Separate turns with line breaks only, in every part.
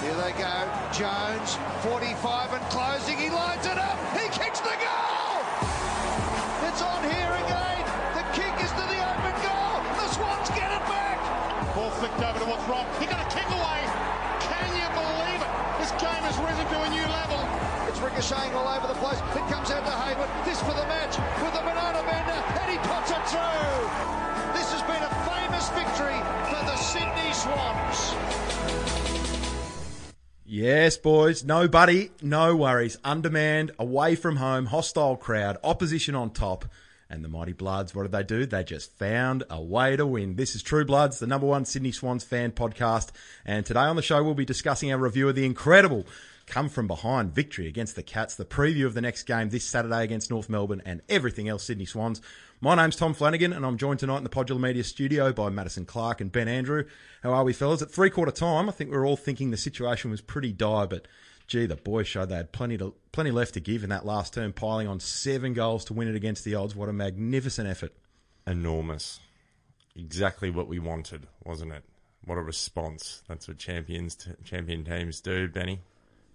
Here they go. Jones, 45 and closing. He lines it up. He kicks the goal. It's on here again. The kick is to the open goal. The Swans get it back.
Ball flicked over to what's wrong. He got a kick away. Can you believe it? This game has risen to a new level.
It's ricocheting all over the place. It comes out to Hayward. This for the match with the banana bender, and he puts it through. This has been a famous victory for the Sydney Swans.
Yes, boys. Nobody, no worries. Undermanned, away from home, hostile crowd, opposition on top. And the Mighty Bloods, what did they do? They just found a way to win. This is True Bloods, the number one Sydney Swans fan podcast. And today on the show, we'll be discussing our review of the incredible come from behind victory against the Cats, the preview of the next game this Saturday against North Melbourne, and everything else Sydney Swans. My name's Tom Flanagan, and I'm joined tonight in the Podular Media Studio by Madison Clark and Ben Andrew. How are we, fellas? At three quarter time, I think we were all thinking the situation was pretty dire, but gee, the boys showed they had plenty to plenty left to give in that last term, piling on seven goals to win it against the odds. What a magnificent effort!
enormous. Exactly what we wanted, wasn't it? What a response. That's what champions t- champion teams do, Benny.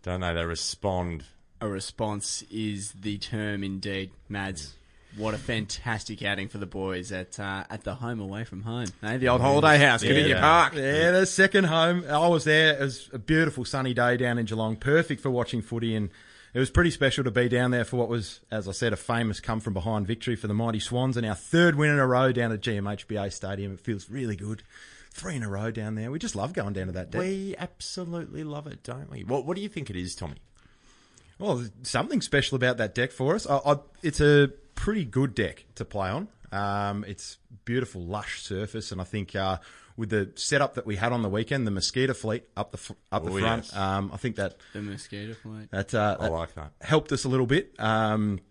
Don't they? They respond.
A response is the term indeed, Mads. What a fantastic outing for the boys at uh, at the home away from home. eh? the old holiday house,
Yeah.
Coogee Park.
Yeah, the second home. I was there. It was a beautiful sunny day down in Geelong, perfect for watching footy, and it was pretty special to be down there for what was, as I said, a famous come from behind victory for the mighty Swans and our third win in a row down at GMHBA Stadium. It feels really good. Three in a row down there. We just love going down to that day.
We absolutely love it, don't we? What What do you think it is, Tommy?
Well, there's something special about that deck for us. I, I, it's a pretty good deck to play on. Um, it's beautiful, lush surface, and I think uh, with the setup that we had on the weekend, the mosquito fleet up the f- up the
Oh,
front,
yes.
um, I think that
The mosquito flight.
that, uh,
I
that
like that.
helped us a little bit. Um,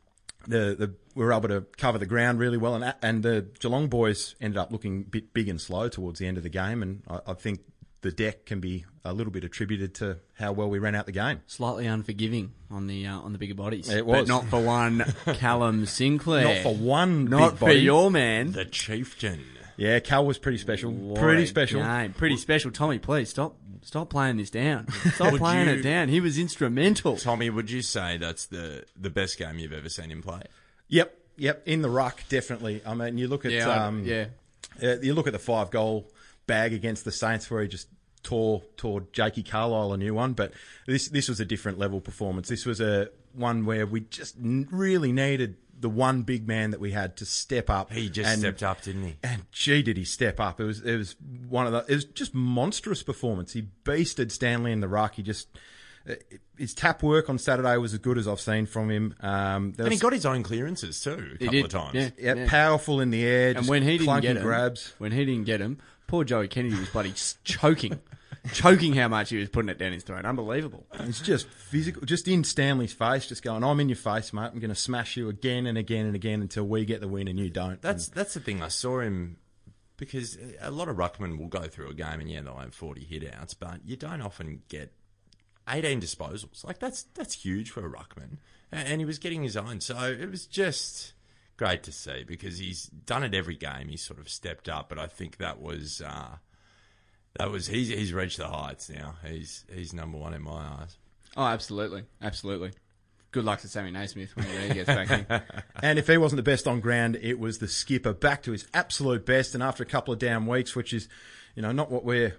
the, the we were able to cover the ground really well, and a- and the Geelong boys ended up looking a bit big and slow towards the end of the game, and I, I think the deck can be a little bit attributed to how well we ran out the game.
Slightly unforgiving on the uh, on the bigger bodies.
It was.
but not for one Callum
Not
Eh.
Sinclair.
for one,
Not
big
for
body.
your man.
The chieftain.
Yeah, Cal was pretty special.
What
pretty
a
special.
game. Pretty special. Tommy, please stop stop playing this down. Stop
Would
playing
you-
it down. He was instrumental.
Tommy, would you say that's the the best game you've ever seen him play?
Yep, yep. In the ruck, definitely. I mean, you look at
yeah, I-
um,
yeah.
uh, you look at the five goal bag against the Saints where he just tore tore Jakey Carlisle a new one. But this this was a different level performance. This was a one where we just n- really needed the one big man that we had to step up.
He just
and-
stepped up, didn't he?
And gee, did he step up? It was it was one of the it was just monstrous performance. He beasted Stanley in the ruck. He just uh, his tap work on Saturday was as good as I've seen from him. Um, there
And he
was,
got his own clearances too, a couple
did,
of times.
yeah.
yeah, powerful in the air.
And
just
when he didn't
clunky
get him,
grabs.
when he didn't get him, poor Joey Kennedy was bloody s- choking, choking how much he was putting it down his throat. Unbelievable.
It's just physical, just in Stanley's face, just going, "I'm in your face, mate. I'm going to smash you again and again and again until we get the win and you don't."
That's that's the thing. I saw him because a lot of ruckmen will go through a game and yeah, they'll have forty hit outs, but you don't often get eighteen disposals. Like that's that's huge for a ruckman, A- and he was getting his own. So it was just great to see because he's done it every game. He's sort of stepped up, but I think that was. Uh, that was he's he's reached the heights now. He's he's number one in my eyes.
Oh, absolutely, absolutely. Good luck to Sammy Naismith when he gets back in.
And if he wasn't the best on ground, it was the skipper back to his absolute best. And after a couple of down weeks, which is, you know, not what we're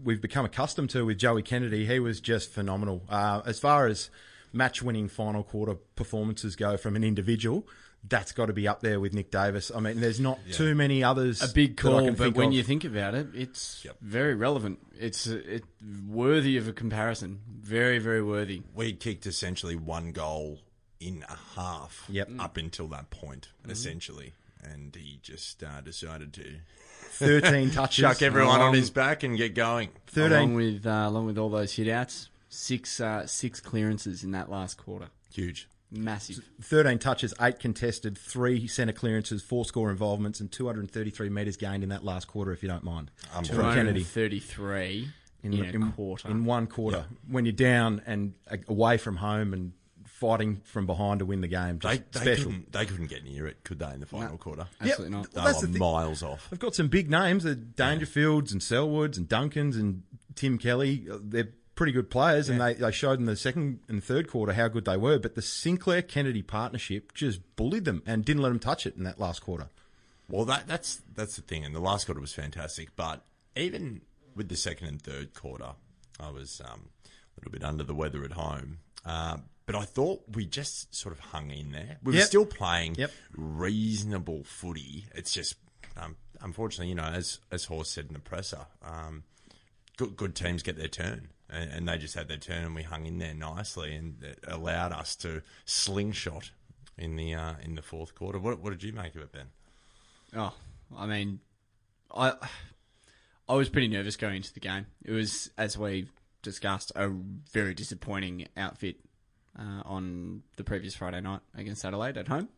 we've become accustomed to with Joey Kennedy, he was just phenomenal. Uh, as far as match-winning final quarter performances go from an individual, that's got to be up there with Nick Davis. I mean, there's not too many others.
A big
that I
call,
can
but
think
when
of.
you think about it, it's
Yep.
very relevant. It's uh, it, worthy of a comparison. Very, very worthy.
we kicked essentially one goal in a half
Yep. Mm. Mm-hmm.
up until that point, essentially. And he just uh, decided to
13 touches, Um,
chuck everyone on
along-
his back and get going.
13
Along with uh, along with all those hitouts, six uh, six clearances in that last quarter.
Huge.
Massive.
13 touches, 8 contested, 3 centre clearances, 4 score involvements, and 233 metres gained in that last quarter, if you don't mind. From Kennedy.
233 in, a quarter.
In one quarter. When you're down and uh, away from home and fighting from behind to win the game.
They,
Just
they,
special.
couldn't, they couldn't get near it, could they, in the final quarter?
Yep.
Absolutely not.
They
Well, that's
were
the thing.
miles off.
They've got some big names, the Dangerfields and Selwoods and Duncans and Tim Kelly. Uh, They're pretty good players, and they, they showed in the second and third quarter how good they were. But the Sinclair Kennedy partnership just bullied them and didn't let them touch it in that last quarter.
Well, that that's that's the thing, and the last quarter was fantastic. But even with the second and third quarter, I was um, a little bit under the weather at home. Uh, but I thought we just sort of hung in there. We were
Yep.
still playing
Yep.
reasonable footy. It's just um, unfortunately, you know, as as Horse said in the presser, um, good good teams get their turn. And, and they just had their turn, and we hung in there nicely, and it allowed us to slingshot in the uh, in the fourth quarter. What, what did you make of it, Ben?
Oh, I mean, I I was pretty nervous going into the game. It was, as we discussed, a very disappointing outfit uh, on the previous Friday night against Adelaide at home,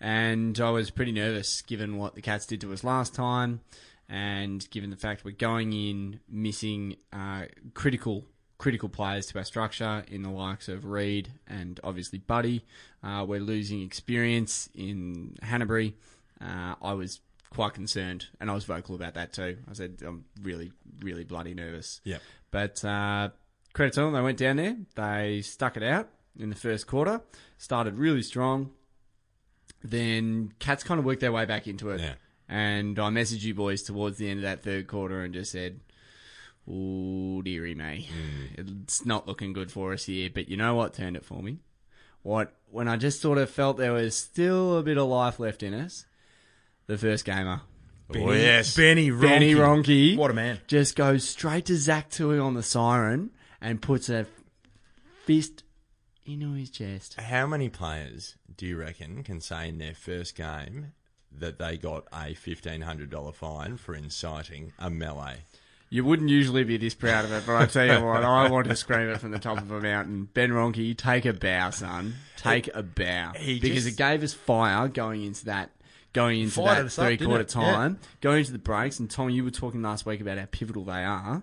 and I was pretty nervous given what the Cats did to us last time, and given the fact we're going in missing uh, critical. Critical players to our structure in the likes of Reed and obviously Buddy. Uh, we're losing experience in Hanbury. Uh, I was quite concerned, and I was vocal about that too. I said I'm really, really bloody nervous.
Yep.
But uh, credit to them, they went down there, they stuck it out in the first quarter, started really strong. Then Cats kind of worked their way back into it,
Yeah.
and I messaged you boys towards the end of that third quarter and just said. Oh dearie me, it's not looking good for us here. But you know what turned it for me? What when I just sort of felt there was still a bit of life left in us, the first gamer.
oh yes,
Benny Ronke.
Benny Ronke.
What a man.
Just goes straight to Zach Tui on the siren and puts a fist into his chest.
How many players do you reckon can say in their first game that they got a fifteen hundred dollar fine for inciting a melee?
You wouldn't usually be this proud of it, but I tell you what, I want to scream it from the top of a mountain. Ben Ronke, take a bow, son. Take a bow.
He
because
just-
it gave us fire going into that going into
Fired
that
us up,
three
didn't
quarter
it? Yeah.
time. Going into the breaks and Tom, you were talking last week about how pivotal they are.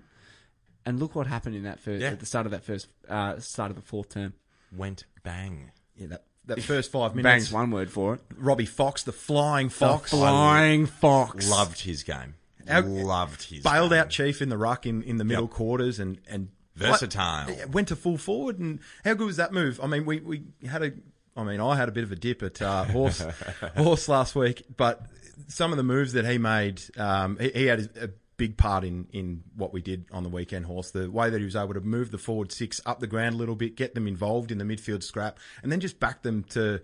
And look what happened in that first
Yeah.
at the start of that first uh, start of the fourth term.
Went bang.
Yeah, that, that first five minutes.
Bang's one word for it.
Robbie Fox, the flying fox.
The flying fox.
Loved his game.
How-
Loved his
bailed
game.
out Chief in the ruck in, in the middle
Yep.
quarters and and
Versatile.
What- went to full forward and how good was that move? I mean, we, we had a I mean, I had a bit of a dip at uh, horse horse last week, but some of the moves that he made, um, he, he had a big part in in what we did on the weekend. Horse, the way that he was able to move the forward six up the ground a little bit, get them involved in the midfield scrap, and then just back them to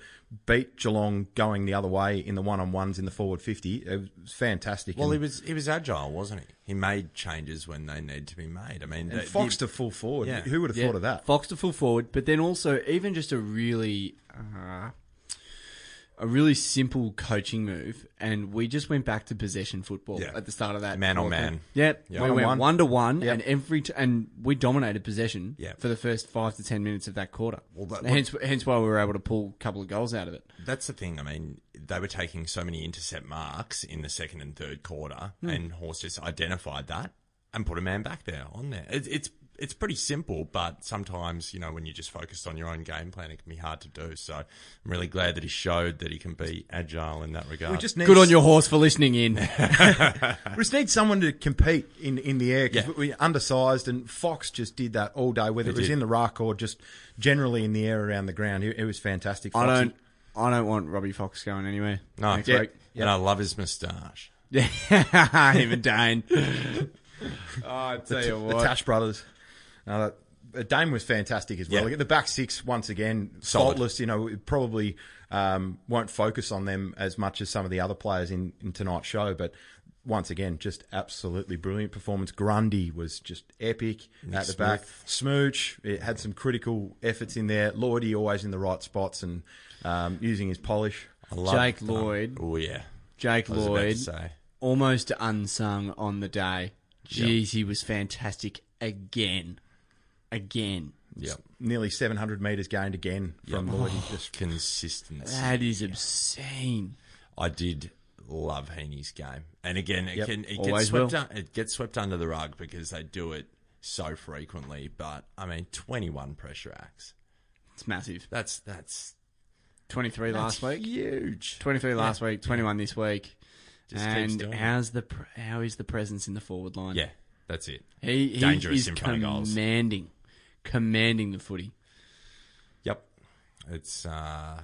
beat Geelong going the other way in the one on ones in the forward fifty. It was fantastic.
Well,
And-
he was he was agile, wasn't he? He made changes when they need to be made. I mean,
And
that-
Fox
he-
to full forward.
Yeah.
Who would have
Yeah,
thought of that?
Fox to full forward, but then also even just a really uh, a really simple coaching move, and we just went back to possession football
Yeah.
at the start of that
Man on
fourth
man.
quarter. Yep,
Yeah.
we
One on
went
one.
one to one,
Yep.
and every t- and we dominated possession
Yeah.
for the first five to ten minutes of that quarter.
Well, that-
And hence, hence why we were able to pull a couple of goals out of it.
That's the thing. I mean, they were taking so many intercept marks in the second and third quarter,
Hmm.
and Horse just identified that and put a man back there on there. It, it's it's pretty simple, but sometimes you know when you're just focused on your own game plan, it can be hard to do. So I'm really glad that he showed that he can be agile in that regard.
We just need
Good on your horse for listening in.
We just need someone to compete in, in the air because
Yeah.
we're undersized, and Fox just did that all day, whether it was
did.
in the ruck or just generally in the air around the ground. It, it was fantastic.
I
Foxy.
don't, I don't want Robbie Fox going anywhere.
no,
next
yeah,
week.
and I love his moustache.
Yeah, even Dane. oh, I tell you
The
what,
Tash brothers. Uh, Dame was fantastic as well.
Yeah.
The back six, once again,
Solid.
faultless. You know, it probably um, won't focus on them as much as some of the other players in, in tonight's show. But once again, just absolutely brilliant performance. Grundy was just epic at the back. Smooch it had some critical efforts in there. Lloydie always in the right spots and um, using his polish.
I love
Jake Lloyd.
Oh yeah,
Jake
I was about to
Lloyd,
say.
almost unsung on the day. Jeez, he was fantastic again. Again.
Yep.
Nearly 700 metres gained again from Lloydie. Just
Consistency.
That is obscene.
I did love Heaney's game, and again, it
Yep,
can it gets
always
swept
will.
un- it gets swept under the rug because they do it so frequently. But I mean, twenty one pressure acts.
It's massive.
That's that's
23 last
that's
week.
huge.
23 last week, 21 this week.
Just keeps
and
doing it.
how's the pre- how is the presence in the forward line?
Yeah, that's it.
He, he
Dangerous
is
in front of goals.
commanding. commanding the footy.
Yep. It's uh,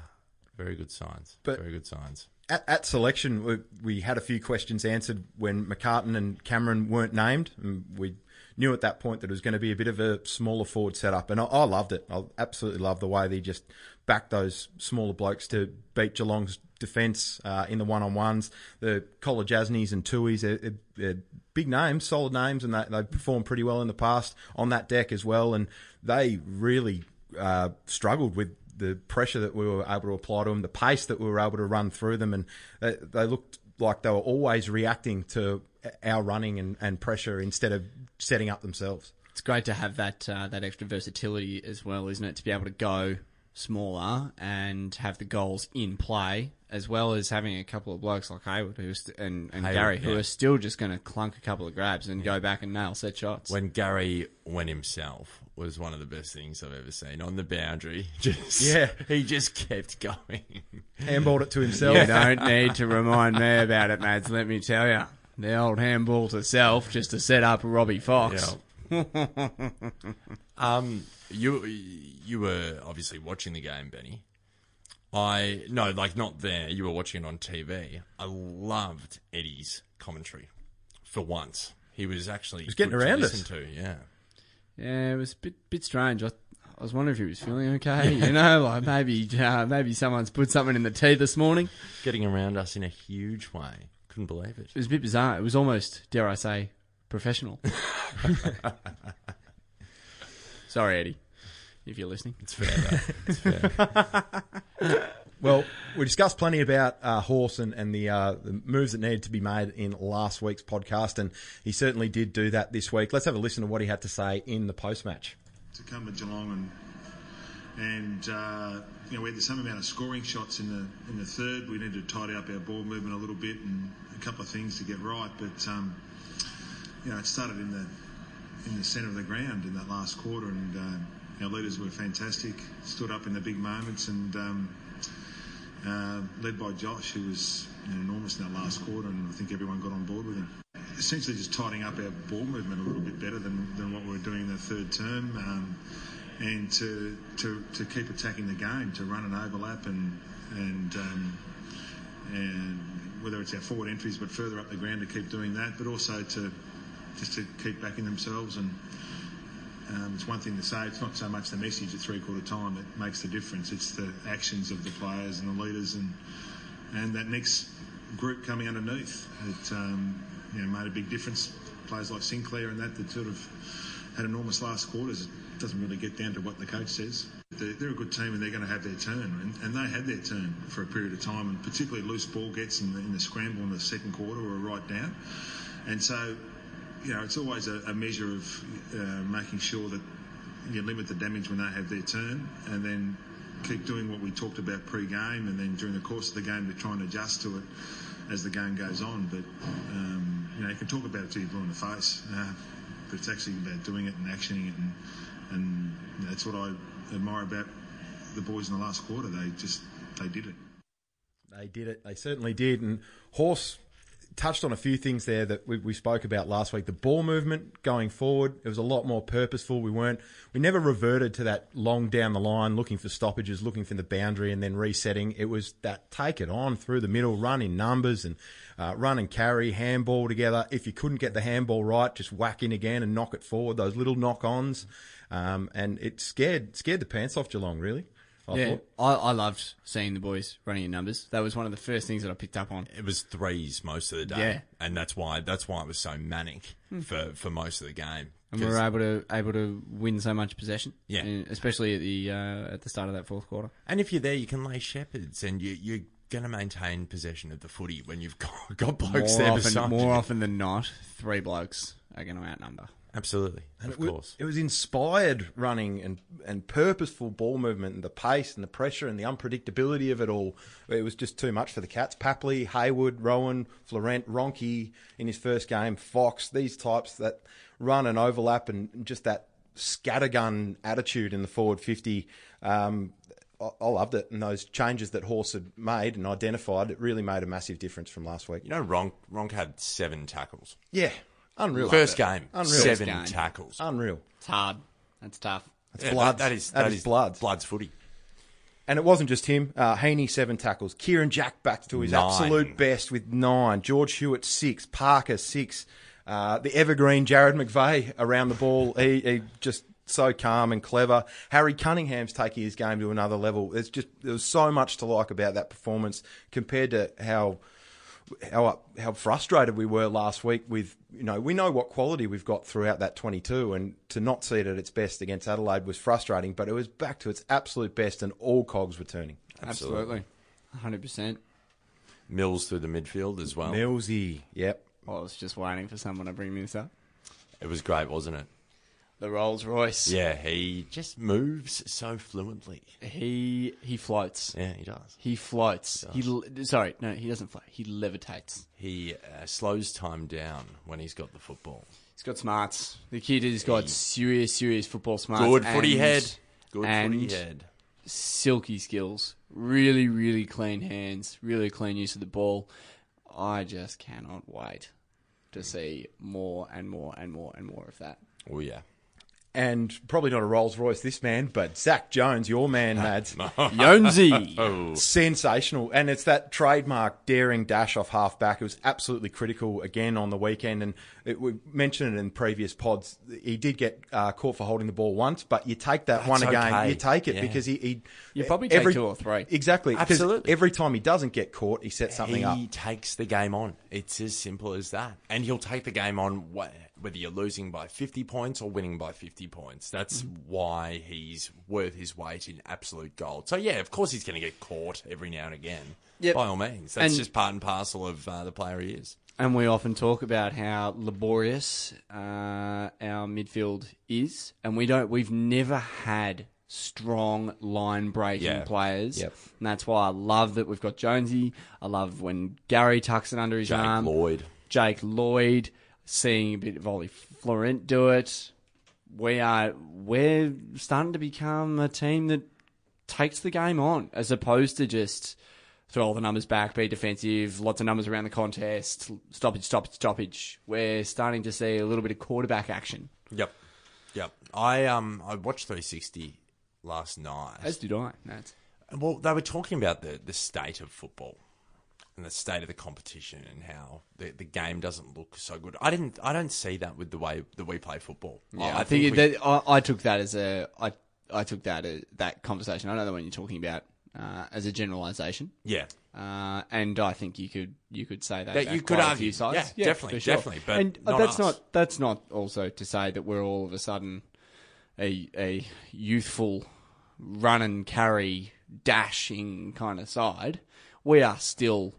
very good signs.
But-
very good signs.
At, at selection, we, we had a few questions answered when McCartan and Cameron weren't named. And we knew at that point that it was going to be a bit of a smaller forward setup. And I, I loved it. I absolutely loved the way they just backed those smaller blokes to beat Geelong's defence uh, in the one on ones. The Collar Jasneys and Tuis, they're, they're- they're big names, solid names, and they, they performed pretty well in the past on that deck as well. And they really uh, struggled with the pressure that we were able to apply to them, the pace that we were able to run through them, and they, they looked like they were always reacting to our running and, and pressure instead of setting up themselves.
It's great to have that uh, that extra versatility as well, isn't it? To be able to go smaller and have the goals in play, as well as having a couple of blokes like Hayward who's, and, and
Hayward,
Gary who
yeah.
are still just going to clunk a couple of grabs and go back and nail set shots.
When Gary went himself was one of the best things I've ever seen on the boundary. Just
Yeah.
he just kept going.
Handballed it to himself.
You don't need to remind me about it, Mads. Let me tell you. The old handball to self just to set up Robbie Fox.
um, you you were obviously watching the game, Benny. I no, like not there. You were watching it on TV. I loved Eddie's commentary. For once, he was actually
was getting
good to
around us.
listen to. Yeah,
Yeah, it was a bit, bit strange. I, I was wondering if he was feeling okay. You know, like maybe uh, maybe someone's put something in the tea this morning.
getting around us in a huge way. Couldn't believe it.
It was a bit bizarre. It was almost, dare I say, professional. Sorry, Eddie, if you're listening.
It's fair. Though. It's fair.
Well, we discussed plenty about uh, Horse and, and the, uh, the moves that needed to be made in last week's podcast, and he certainly did do that this week. Let's have a listen to what he had to say in the post match.
to come to Geelong and and uh, you know we had the same amount of scoring shots in the in the third. We needed to tidy up our ball movement a little bit and a couple of things to get right. But um, you know it started in the in the centre of the ground in that last quarter, and uh, our leaders were fantastic. Stood up in the big moments and. Um, uh, led by Josh, who was you know, enormous in that last quarter, and I think everyone got on board with him. Essentially, just tidying up our ball movement a little bit better than, than what we were doing in the third term, um, and to, to to keep attacking the game, to run and overlap, and and um, and whether it's our forward entries, but further up the ground to keep doing that, but also to just to keep backing themselves and. Um, it's one thing to say, it's not so much the message at three quarter time that makes the difference, it's the actions of the players and the leaders and and that next group coming underneath. It um, you know, made a big difference. Players like Sinclair and that that sort of had enormous last quarters. It doesn't really get down to what the coach says. They're, they're a good team and they're going to have their turn, and, and they had their turn for a period of time. And particularly loose ball gets in the, in the scramble in the second quarter or right down, and so you know, it's always a, a measure of uh, making sure that you limit the damage when they have their turn and then keep doing what we talked about pre-game and then during the course of the game to try and adjust to it as the game goes on. But, um, you know, you can talk about it till you're blue in the face, uh, but it's actually about doing it and actioning it. And, and you know, that's what I admire about the boys in the last quarter. They just, they did it.
They did it. They certainly did. And Horse touched on a few things there that we, we spoke about last week. The ball movement going forward, it was a lot more purposeful. We weren't, we never reverted to that long down the line, looking for stoppages, looking for the boundary, and then resetting. It was that take it on through the middle, run in numbers, and uh, run and carry, handball together. If you couldn't get the handball right, just whack in again and knock it forward. Those little knock ons, um, and it scared scared the pants off Geelong really. I
yeah,
thought.
I, I loved seeing the boys running in numbers. That was one of the first things that I picked up on.
it was threes most of the day,
Yeah.
and that's why that's why it was so manic for, for most of the game.
And we
'Cause-
were able to able to win so much possession.
Yeah.
And especially at the uh, at the start of that fourth quarter.
and if you're there, you can lay shepherds, and you, you're going to maintain possession of the footy when you've got, got blokes
more
there
often,
beside
more
you.
often than not, three blokes are going to outnumber.
Absolutely,
And
of
it wa-
course.
it was inspired running and and purposeful ball movement and the pace and the pressure and the unpredictability of it all. It was just too much for the Cats. Papley, Haywood, Rowan, Florent, Ronke in his first game, Fox, these types that run and overlap and just that scattergun attitude in the forward 50. Um, I, I loved it. And those changes that Horse had made and identified, it really made a massive difference from last week.
You know, Ronk Ronk had seven tackles.
Yeah, unreal.
First game,
Unreal.
seven
First game. Uh,
tackles.
Unreal.
It's hard. That's tough.
That's
Yeah,
Bloods.
that is
That is Bloods.
Bloods footy.
And it wasn't just him. Uh, Heaney, seven tackles. Kieran Jack back to his
Nine.
absolute best with nine. George Hewitt, six. Parker, six. Uh, the evergreen Jared McVeigh around the ball. he, he just so calm and clever. Harry Cunningham's taking his game to another level. It's just there was so much to like about that performance compared to how how up, how frustrated we were last week with you know we know what quality we've got throughout that 22 and to not see it at its best against Adelaide was frustrating but it was back to its absolute best and all cogs were turning
Absolutely. 100%.
Mills through the midfield as well.
Millsy yep
I was just waiting for someone to bring this up.
It was great, wasn't it?
The Rolls Royce.
Yeah, he just moves so fluently.
He he floats.
Yeah, he does.
He floats. He le- sorry, no, he doesn't float. He levitates.
He uh, slows time down when he's got the football.
He's got smarts. The kid has got serious, serious football smarts.
Good
and-
footy head. Good footy
and-
head.
silky skills, really, really clean hands, really clean use of the ball. I just cannot wait to see more and more and more and more of that.
Oh yeah.
and probably not a Rolls Royce this man but Zach Jones your man Mads
Oh,
Yonzi!
sensational. And it's that trademark daring dash off half back. It was absolutely critical again on the weekend. And it, we mentioned it in previous pods. He did get uh, caught for holding the ball once, but you take that one again.
okay.
You take it
Yeah.
because he. he
You probably take two or three.
Exactly. 'Cause
Absolutely.
Every time he doesn't get caught, he sets something
he
up.
takes the game on. It's as simple as that. And he'll take the game on wh- whether you're losing by 50 points or winning by 50 points. That's why he's worth his weight in absolute gold. So, yeah, of course he's going to get caught every now and again.
Yep.
By all means. That's
And-
just part and parcel of uh, the player he is.
And we often talk about how laborious uh, our midfield is, and we don't. We've never had strong line breaking
Yeah.
players,
Yep.
and that's why I love that we've got Jonesy. I love when Gary tucks it under his
Jake
arm.
Lloyd.
Um, Jake Lloyd, seeing a bit of Ollie Florent do it. We are we're starting to become a team that takes the game on as opposed to just throw all the numbers back, be defensive, lots of numbers around the contest, stoppage, stoppage, stoppage. We're starting to see a little bit of quarterback action.
Yep. Yep. I, um, I watched 360 last night.
As did I. That's
Well, they were talking about the, the state of football and the state of the competition and how the, the game doesn't look so good. I didn't. I don't see that with the way that we play football.
Yeah, I, think,
we-
that I, I took that as a I I took that as, that conversation. I know the one you're talking about uh, as a generalisation.
yeah,
Uh, and I think you could you could say that
That
about
you could
quite a
argue.
few sides.
Yeah, definitely,
for sure.
definitely, but
and uh,
not
that's
us.
not that's not also to say that we're all of a sudden a a youthful run and carry dashing kind of side. We are still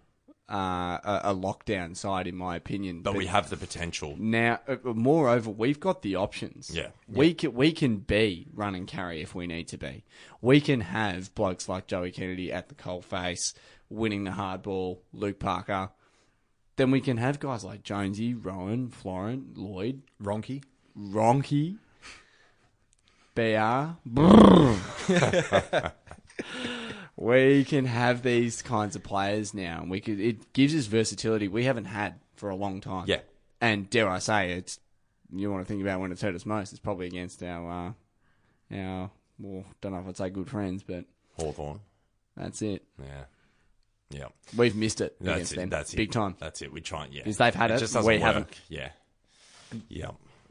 uh, a, a lockdown side, in my opinion.
but we have the potential.
now, uh, moreover, we've got the options.
Yeah.
we can we can be run and carry if we need to be. We can have blokes like Joey Kennedy at the coalface, winning the hard ball, Luke Parker. Then we can have guys like Jonesy, Rowan, Florent, Lloyd,
Ronky.
Ronky, BR. we can have these kinds of players now, and we could. It gives us versatility we haven't had for a long time.
Yeah.
and dare I say, it's you want to think about when it's hurt us most. It's probably against our, uh, our well, don't know if I'd say good friends, but
Hawthorn.
that's it.
Yeah, yeah.
We've missed it
That's
against
it.
them.
That's it.
big time.
That's it. We try. Yeah,
Because they've had it,
doesn't
we haven't.
Yeah, yeah.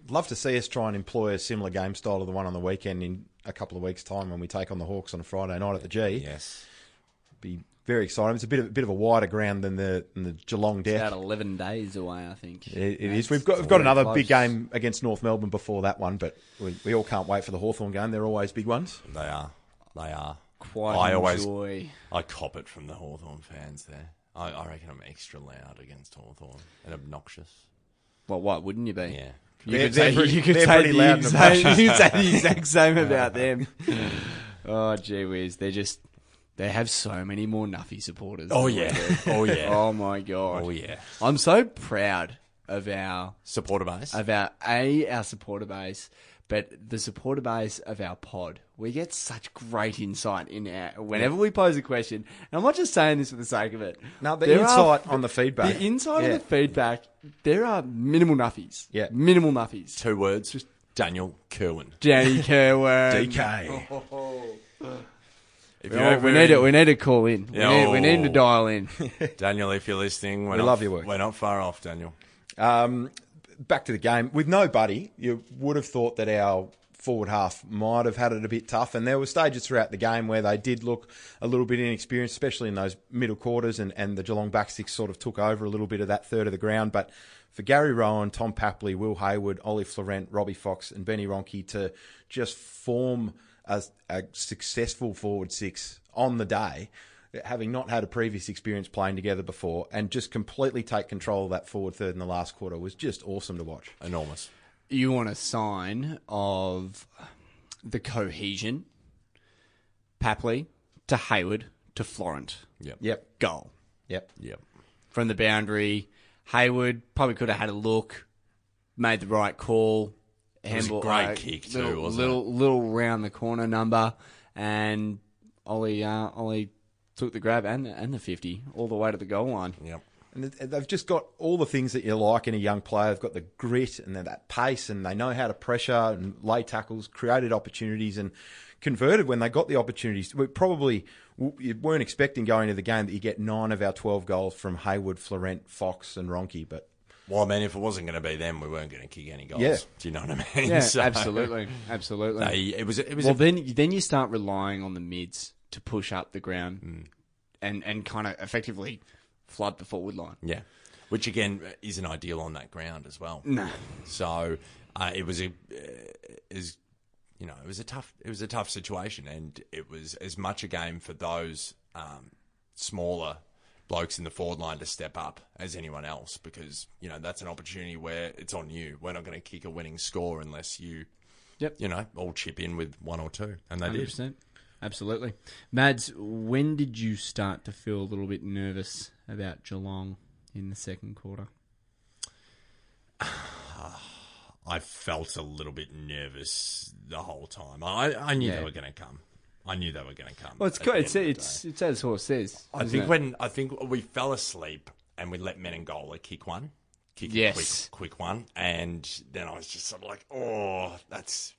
Love to see us try and employ a similar game style to the one on the weekend in a couple of weeks' time when we take on the Hawks on a Friday night at the G.
Yes.
Be very exciting. It's a bit of a bit of a wider ground than the than the Geelong deck.
About eleven days away, I think.
It, it
That's
is. We've got we've got
very
another
close.
big game against North Melbourne before that one, but we, we all can't wait for the Hawthorn game. They're always big ones.
They are. They are.
Quite
I always.
enjoy.
I cop it from the Hawthorn fans there. I, I reckon I'm extra loud against Hawthorn and obnoxious.
Well, why wouldn't you be?
Yeah.
You
They're-
could say,
they're pretty-
you could
they're
say
pretty
the
loud and
exact, you could say the exact same about them. oh, gee whiz. They're just, they have so many more Nuffy supporters.
Oh
than we
yeah.
do.
oh yeah.
Oh, my God.
Oh yeah.
I'm so proud of our,
Supporter base.
of our, A, our supporter base, but the supporter base of our pod. We get such great insight in our, whenever we pose a question. And I'm not just saying this for the sake of it.
Now the
There are-
insight on the feedback.
the inside
Yeah.
of the feedback, there are minimal nuffies.
Yeah.
Minimal nuffies.
Two words.
Just
Daniel Kerwin.
Danny Kerwin.
DK.
If
Oh, we need it. We need to call in. We,
Yeah,
need, we need him to
oh.
dial in.
Daniel, if you're listening, we're
We
not,
love your work.
We're not far off, Daniel.
Um, back to the game. With no buddy, you would have thought that our forward half might have had it a bit tough. And there were stages throughout the game where they did look a little bit inexperienced, especially in those middle quarters. And, and the Geelong back six sort of took over a little bit of that third of the ground. But for Gary Rowan, Tom Papley, Will Hayward, Ollie Florent, Robbie Fox, and Benny Ronke to just form a, a successful forward six on the day having not had a previous experience playing together before and just completely take control of that forward third in the last quarter was just awesome to watch.
Enormous.
You want a sign of the cohesion. Papley to Hayward to Florent.
Yep.
Yep.
Goal.
Yep.
Yep.
from the boundary. Hayward probably could have had a look, made the right call.
was a
Handball,
great kick too,
little,
wasn't
little, little round the corner number, and Ollie, uh, Ollie took the grab and and the fifty all the way to the goal line.
Yep.
And th- they've just got all the things that you like in a young player. They've got the grit and then that pace, and they know how to pressure and lay tackles, created opportunities, and converted when they got the opportunities. We probably w- you weren't expecting going into the game that you get nine of our twelve goals from Hayward, Florent, Fox, and Ronke, but
Well, I mean, if it wasn't going to be them, we weren't going to kick any goals.
Yeah.
Do you know what I mean?
Yeah,
So,
absolutely, absolutely.
they- it was. It was.
well,
a,
then then you start relying on the mids to push up the ground
Mm.
and and kind of effectively flood the forward line.
yeah. Which again isn't ideal on that ground as well.
No.
So uh, it was a uh, is you know it was a tough it was a tough situation, and it was as much a game for those um, smaller blokes in the forward line to step up as anyone else because you know that's an opportunity where it's on you. We're not going to kick a winning score unless you.
Yep.
You know, all chip in with one or two, and they
Hundred
did.
percent, absolutely. Mads, when did you start to feel a little bit nervous about Geelong in the second quarter?
I felt a little bit nervous the whole time. I, I knew
Yeah.
they were going to come. I knew they were going to come.
Well, it's
at the
it's
end of the
it's, it's as horse says.
I think when I think we fell asleep and we let Menengola kick one, kick
Yes.
a quick quick one, and then I was just sort of like, oh, that's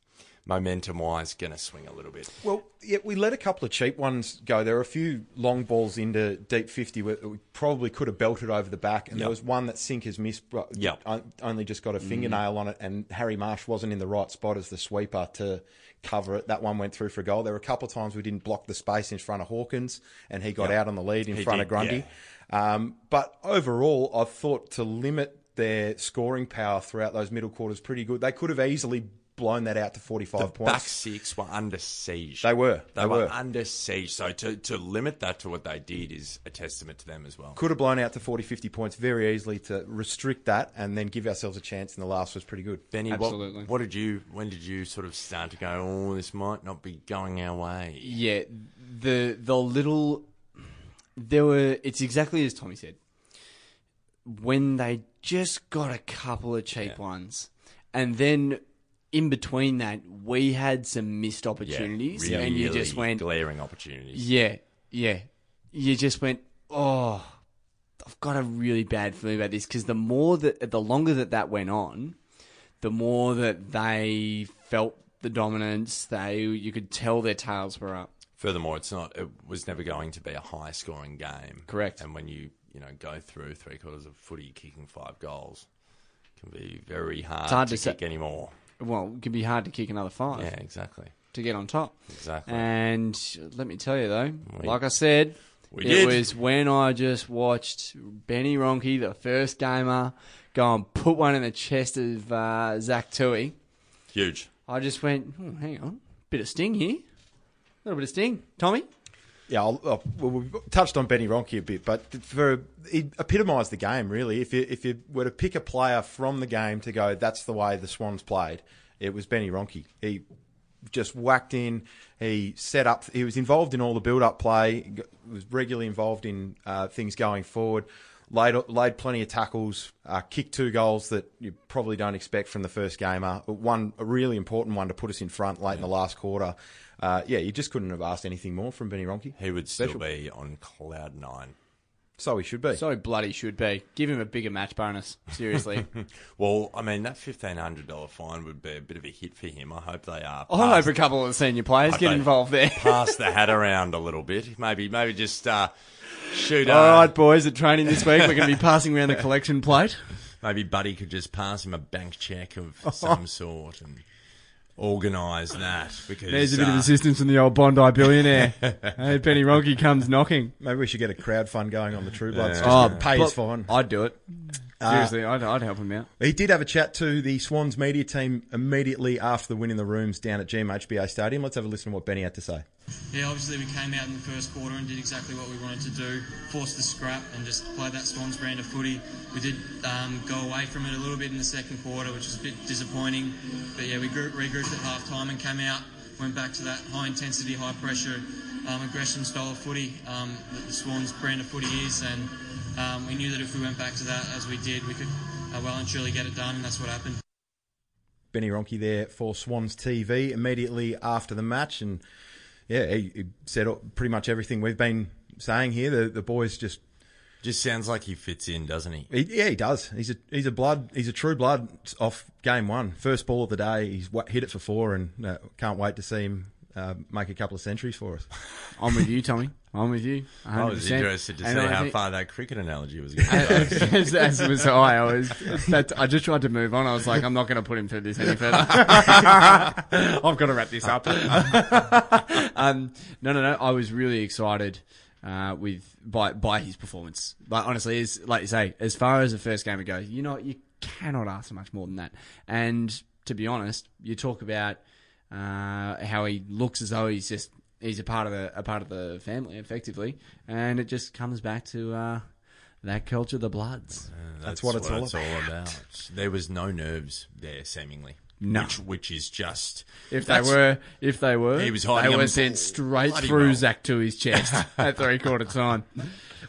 momentum wise going to swing a little bit.
Well, yeah, we let a couple of cheap ones go. There were a few long balls into deep 50 where we probably could have belted over the back. And there
Yep.
was one that Sinkers missed, but
Yep.
on- only just got a fingernail on it. And Harry Marsh wasn't in the right spot as the sweeper to cover it. That one went through for a goal. There were a couple of times we didn't block the space in front of Hawkins and he got out on the lead in
He
front
did,
of Grundy. Um, but overall, I thought to limit their scoring power throughout those middle quarters pretty good. They could have easily blown that out to 45 points.
Back six were under siege.
They were.
They,
They
were,
were.
under siege. So to, to limit that to what they did is a testament to them as well.
could have blown out to 40, 50 points very easily to restrict that and then give ourselves a chance in the last was pretty good.
Benny,
Absolutely.
what, what did you? When did you sort of start to go? Oh, this might not be going our way.
Yeah, the the little there were. It's exactly as Tommy said. When they just got a couple of cheap ones, and then in between that we had some missed opportunities,
Yeah,
and you
really
just went,
glaring opportunities.
Yeah, yeah. You just went, oh, I've got a really bad feeling about this because the more that, the longer that that went on, the more that they felt the dominance. They, you could tell their tails were up.
Furthermore, it's not. It was never going to be a high-scoring game.
Correct.
And when you you know go through three quarters of footy kicking five goals, it can be very hard,
hard
to,
to say-
kick anymore.
Well, it can be hard to kick another five
Yeah, exactly,
to get on top.
exactly.
And let me tell you though,
We-
like I said,
We
it
did.
was when I just watched Benny Ronke, the first gamer, go and put one in the chest of uh, Zach Tui.
Huge.
I just went, oh, hang on, bit of sting here, a little bit of sting, Tommy.
Yeah, I'll, I'll, well, we touched on Benny Ronke a bit, but for he epitomised the game really. If you if you were to pick a player from the game to go, that's the way the Swans played. It was Benny Ronke. He just whacked in. He set up. He was involved in all the build-up play. He got- Was regularly involved in uh, things going forward. Laid laid plenty of tackles. Uh, kicked two goals that you probably don't expect from the first gamer. One a really important one to put us in front late in the last quarter. Uh, yeah, you just couldn't have asked anything more from Benny Ronke.
He would still
Special.
be on cloud nine.
So he should be.
So bloody should be. Give him a bigger match bonus. Seriously.
Well, I mean, that $1,500 fine would be a bit of a hit for him. I hope they are.
I'll hope a couple of the senior players get
Okay.
involved there.
pass the hat around a little bit. Maybe, maybe just uh, shoot.
All
uh,
right, boys, at training this week, we're going to be passing around the collection plate.
Maybe Buddy could just pass him a bank check of some sort and organise that. Because
There's a bit of
uh,
assistance from the old Bondi billionaire. hey, Penny Ronke comes knocking.
Maybe we should get a crowd fund going on the True Bloods.
Oh,
Just pay his fine.
I'd do it. Seriously, I'd, I'd help him out.
He did have a chat to the Swans media team immediately after the win in the rooms down at GMHBA Stadium. Let's have a listen to what Benny had to say.
Yeah, obviously we came out in the first quarter and did exactly what we wanted to do, forced the scrap and just play that Storms brand of footy. We did um, go away from it a little bit in the second quarter, which was a bit disappointing. But yeah, we group, regrouped at half time and came out, went back to that high intensity, high pressure, um, aggression style of footy um, that the Swans brand of footy is. And um, we knew that if we went back to that as we did, we could uh, well and truly get it done, and that's what happened.
Benny Ronke there for Swans TV immediately after the match. And yeah, he, he said pretty much everything we've been saying here. The, the boys just,
just sounds like he fits in, doesn't he?
he, yeah, he does. He's a, he's a blood, he's a true blood off game one. First ball of the day, he's wa- hit it for four and uh, can't wait to see him uh, make a couple of centuries for us.
I'm with you, Tommy. I'm with you. 100%.
I was interested to
And
see
I
how
think-
far that cricket analogy was going to go.
as, as was I. I was. That's, I just tried to move on. I was like, I'm not going to put him through this any further. I've got to wrap this up. um, no, no, no. I was really excited uh, with by by his performance. Like honestly, as like you say, as far as the first game goes, you know you cannot ask for much more than that. And to be honest, you talk about uh, how he looks as though he's just he's a part of the a part of the family effectively, and it just comes back to. Uh, that culture, the bloods.
That's
what it's all
about. There was no nerves there, seemingly.
No.
Which, which is just.
If
that's-
they were, if they were,
He was hiding
they were
them
sent straight
bloody
through
well.
Zach to his chest at three quarter time,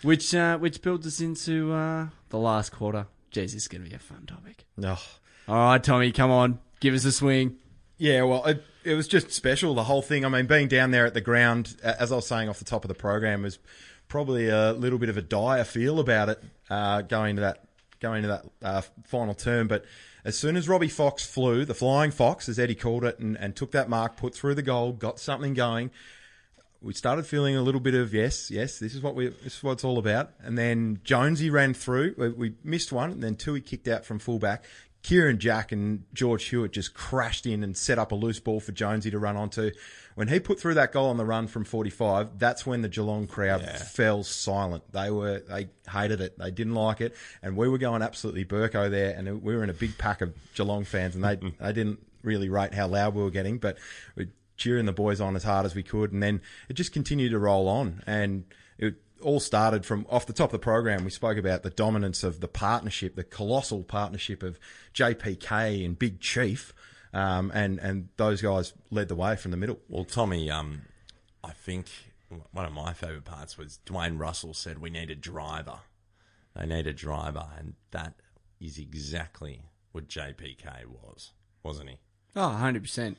which uh, which builds us into uh, the last quarter. Jeez, this is going to be a fun topic.
No.
All right, Tommy, come on, give us a swing.
Yeah, well, it, it was just special, the whole thing. I mean, being down there at the ground, a- as I was saying off the top of the program, was probably a little bit of a dire feel about it uh, going to that going to that uh, final term. But as soon as Robbie Fox flew, the flying fox, as Eddie called it, and, and took that mark, put through the goal, got something going, we started feeling a little bit of yes, yes, this is what we this is what it's all about. And then Jonesy ran through. We, we missed one, and then Tui kicked out from fullback. Kieran Jack and George Hewitt just crashed in and set up a loose ball for Jonesy to run onto. When he put through that goal on the run from 45, that's when the Geelong crowd fell silent. They were they hated it. They didn't like it, and we were going absolutely burko there. And we were in a big pack of Geelong fans, and they they didn't really rate how loud we were getting, but we cheering the boys on as hard as we could, and then it just continued to roll on. And it all started from off the top of the program. We spoke about the dominance of the partnership, the colossal partnership of JPK and Big Chief, um, and and those guys led the way from the middle.
Well, Tommy, um, I think one of my favourite parts was Dwayne Russell said we need a driver. They need a driver, and that is exactly what JPK was, wasn't he?
Oh, 100%.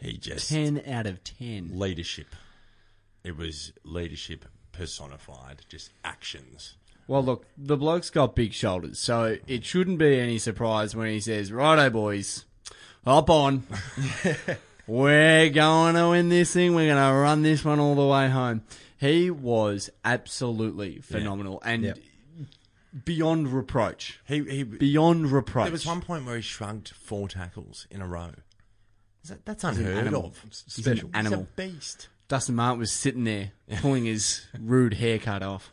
He just
10 out of 10.
leadership. It was leadership personified, just actions.
Well, look, the bloke's got big shoulders, so it shouldn't be any surprise when he says, Righto, boys, hop on. We're going to win this thing. We're going to run this one all the way home. He was absolutely phenomenal and
Yep.
beyond reproach.
He he.
Beyond reproach.
there was one point where he shrugged four tackles in a row. Is that, that's unheard
animal.
of.
He's an
He's
animal.
a beast.
Dustin Mart was sitting there pulling his rude haircut off.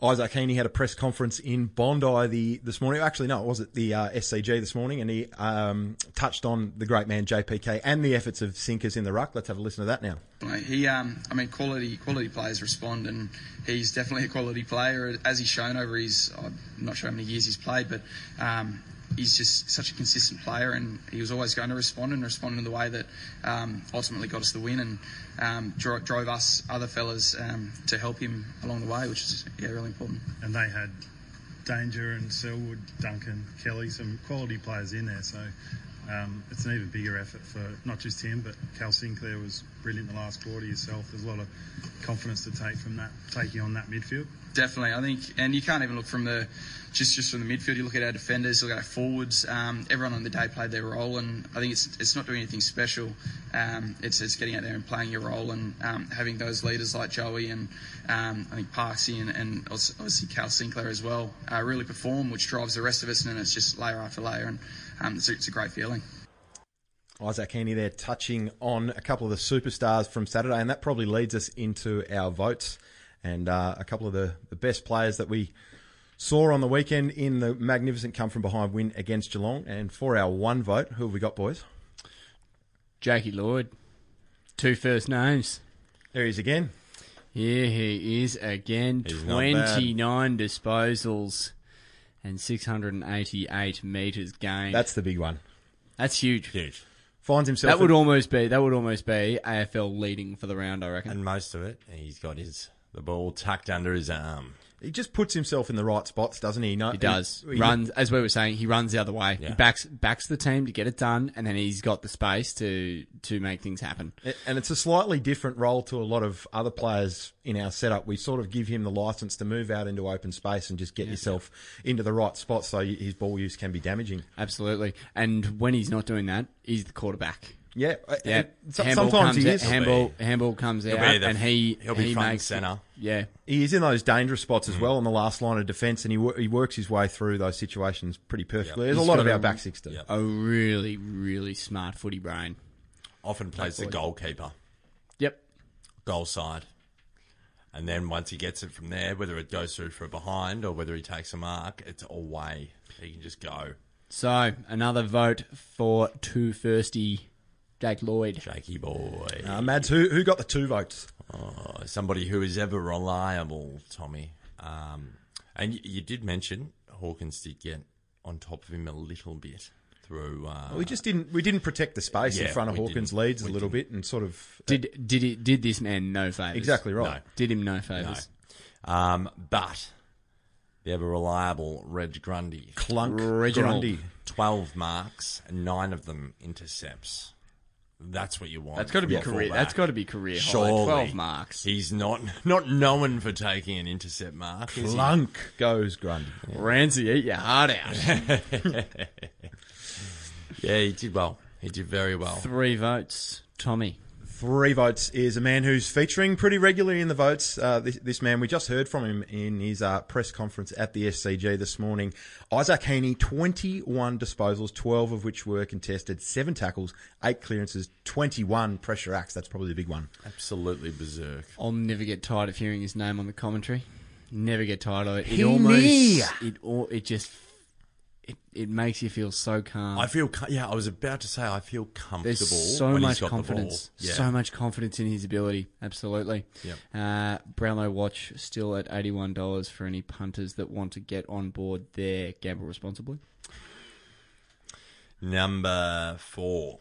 Isaac Heaney had a press conference in Bondi the this morning. Actually, no, it was at the uh, SCG this morning, and he um, touched on the great man JPK and the efforts of sinkers in the ruck. Let's have a listen to that now.
Mate, He, um, I mean, quality quality players respond, and he's definitely a quality player as he's shown over his. I'm not sure how many years he's played, but um, he's just such a consistent player, and he was always going to respond and respond in the way that um, ultimately got us the win and um, dro- drove us other fellas um, to help him along the way, which is yeah really important.
and they had Danger and Selwood, Duncan, Kelly, some quality players in there. So Um, it's an even bigger effort for not just him, but Cal Sinclair was brilliant the last quarter yourself. There's a lot of confidence to take from that, taking on that midfield.
Definitely, I think, and you can't even look from the just just from the midfield. You look at our defenders, look at our forwards. Um, everyone on the day played their role, and I think it's it's not doing anything special. Um, it's it's getting out there and playing your role, and um, having those leaders like Joey and um, I think Parksy and, and also- obviously Cal Sinclair as well uh, really perform, which drives the rest of us, and then it's just layer after layer, and um, it's, a- it's a great feeling.
Isaac Heaney there touching on a couple of the superstars from Saturday, and that probably leads us into our votes and uh, a couple of the, the best players that we saw on the weekend in the magnificent come from behind win against Geelong. And for our one vote, who have we got, boys?
Jackie Lloyd, two first names.
There he is again.
Here he is again.
He's not bad.
29 disposals and 688 meters gained.
That's the big one.
that's huge.
Huge.
Finds himself.
That would almost be that would almost be AFL leading for the round, I reckon.
And most of it, he's got his the ball tucked under his arm.
he just puts himself in the right spots, doesn't he? No,
He does runs as we were saying. He runs the other way. He
Yeah.
backs backs the team to get it done, and then he's got the space to to make things happen.
And it's a slightly different role to a lot of other players in our setup. We sort of give him the license to move out into open space and just get yourself into the right spot so his ball use can be damaging.
Absolutely. And when he's not doing that, he's the quarterback.
Yeah.
Yeah.
and so-
handball
sometimes
comes
he
out-
is.
handball handball comes
He'll
out,
be the-
and he
he'll be
he
front and
makes
centre.
Yeah,
He is in those dangerous spots as
Mm.
well on the last line of defence, and he, wo- he works his way through those situations pretty perfectly. There's
He's
a lot
got
of
a-
our back six do.
Yep.
a really really smart footy brain.
Often plays the goalkeeper,
Yep.
goal side. And then once he gets it from there, whether it goes through for a behind or whether he takes a mark, it's away. He can just go.
So another vote for two thirsty Jake Lloyd.
Jakey boy.
Uh, Mads, who, who got the two votes?
Oh, somebody who is ever reliable, Tommy. Um, and you, you did mention Hawkins did get on top of him a little bit through. Uh,
We just didn't we didn't protect the space in
Yeah,
front of
we
Hawkins'
didn't.
leads a
We
little bit and sort of
Did did it, did this man no favors?
exactly right.
Did him no favors.
Um, but the ever reliable Reg Grundy,
Clunk
Reginald.
Grundy.
twelve marks, and nine of them intercepts. That's what you want.
That's got to be
from a
career.
fullback.
That's got to be career high.
Surely.
Twelve marks.
He's not not known for taking an intercept mark. is he?
Clunk goes Grundy.
Ramsey, eat your heart out.
Yeah, he did well. He did very well.
Three votes, Tommy.
Three votes is a man who's featuring pretty regularly in the votes. Uh, this, this man, we just heard from him in his uh, press conference at the SCG this morning. Isaac Heaney, 21 disposals, 12 of which were contested, seven tackles, eight clearances, 21 pressure acts. That's probably the big one.
Absolutely berserk.
I'll never get tired of hearing his name on the commentary. Never get tired of it. It
Heaney.
almost it all it just it, it makes you feel so calm.
I feel, co- yeah, I was about to say, I feel comfortable.
There's so
when
much
he's got
confidence.
The ball. Yeah.
So much confidence in his ability. Absolutely. Uh, Brownlow watch still at eighty-one dollars for any punters that want to get on board there. Gamble responsibly.
Number four.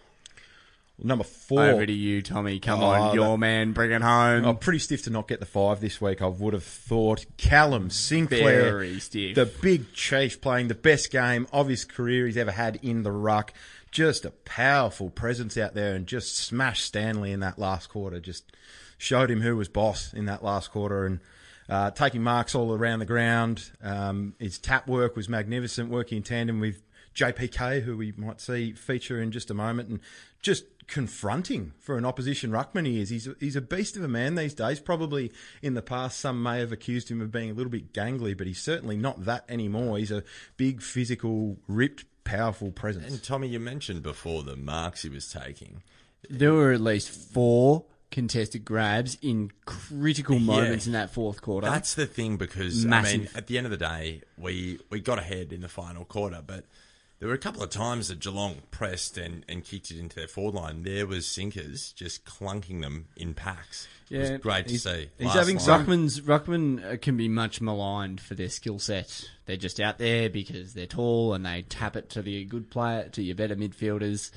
Number four.
Over to you, Tommy. Come
Oh,
on, your
that-
man. Bring it home.
Oh.
I'm Oh, pretty stiff to not get the five this week. I would have thought Callum Sinclair,
Very stiff.
the big chief, playing the best game of his career he's ever had in the ruck. Just a powerful presence out there, and just smashed Stanley in that last quarter. Just showed him who was boss in that last quarter, and. Uh, taking marks all around the ground. Um, his tap work was magnificent, working in tandem with JPK, who we might see feature in just a moment, and just confronting for an opposition ruckman he is. He's a, he's a beast of a man these days. Probably in the past, some may have accused him of being a little bit gangly, but he's certainly not that anymore. He's a big, physical, ripped, powerful presence.
And Tommy, you mentioned before the marks he was taking.
There were at least four contested grabs in critical moments in that fourth quarter.
That's the thing because I mean,
Massive.
at the end of the day, we we got ahead in the final quarter, but there were a couple of times that Geelong pressed and, and kicked it into their forward line. There was sinkers just clunking them in packs. it
Yeah.
was great to
He's-
see.
he's
Last
having
line.
some-
Ruckman's Ruckman uh, can be much maligned for their skill set. They're just out there because they're tall and they tap it to the good player, to your better midfielders.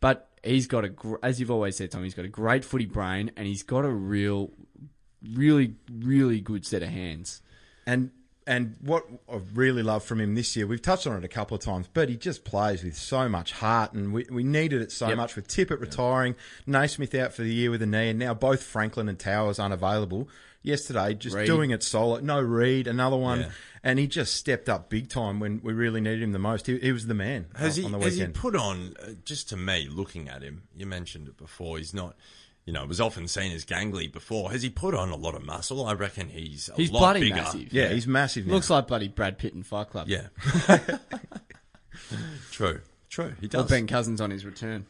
But he's got a, gr- as you've always said, Tom, he's got a great footy brain and he's got a real, really, really good set of hands.
And and what I really love from him this year, we've touched on it a couple of times, but he just plays with so much heart, and we, we needed it so
Yep.
much with Tippett retiring, Naismith out for the year with a knee, and now both Franklin and Towers unavailable. Yesterday, just
Reid.
doing it solo. No Reed, another one,
Yeah.
and he just stepped up big time when we really needed him the most. He, he was the man uh,
Has
on,
he,
on the
has he
weekend.
put on, uh, just to me, looking at him, you mentioned it before, he's not, you know, was often seen as gangly before. Has he put on a lot of muscle? I reckon he's a
He's
lot
bloody
bigger.
massive.
yeah, he's massive. Now.
Looks like bloody Brad Pitt in Fight Club.
Yeah. True. True. He
Or
does.
Ben Cousins on his return.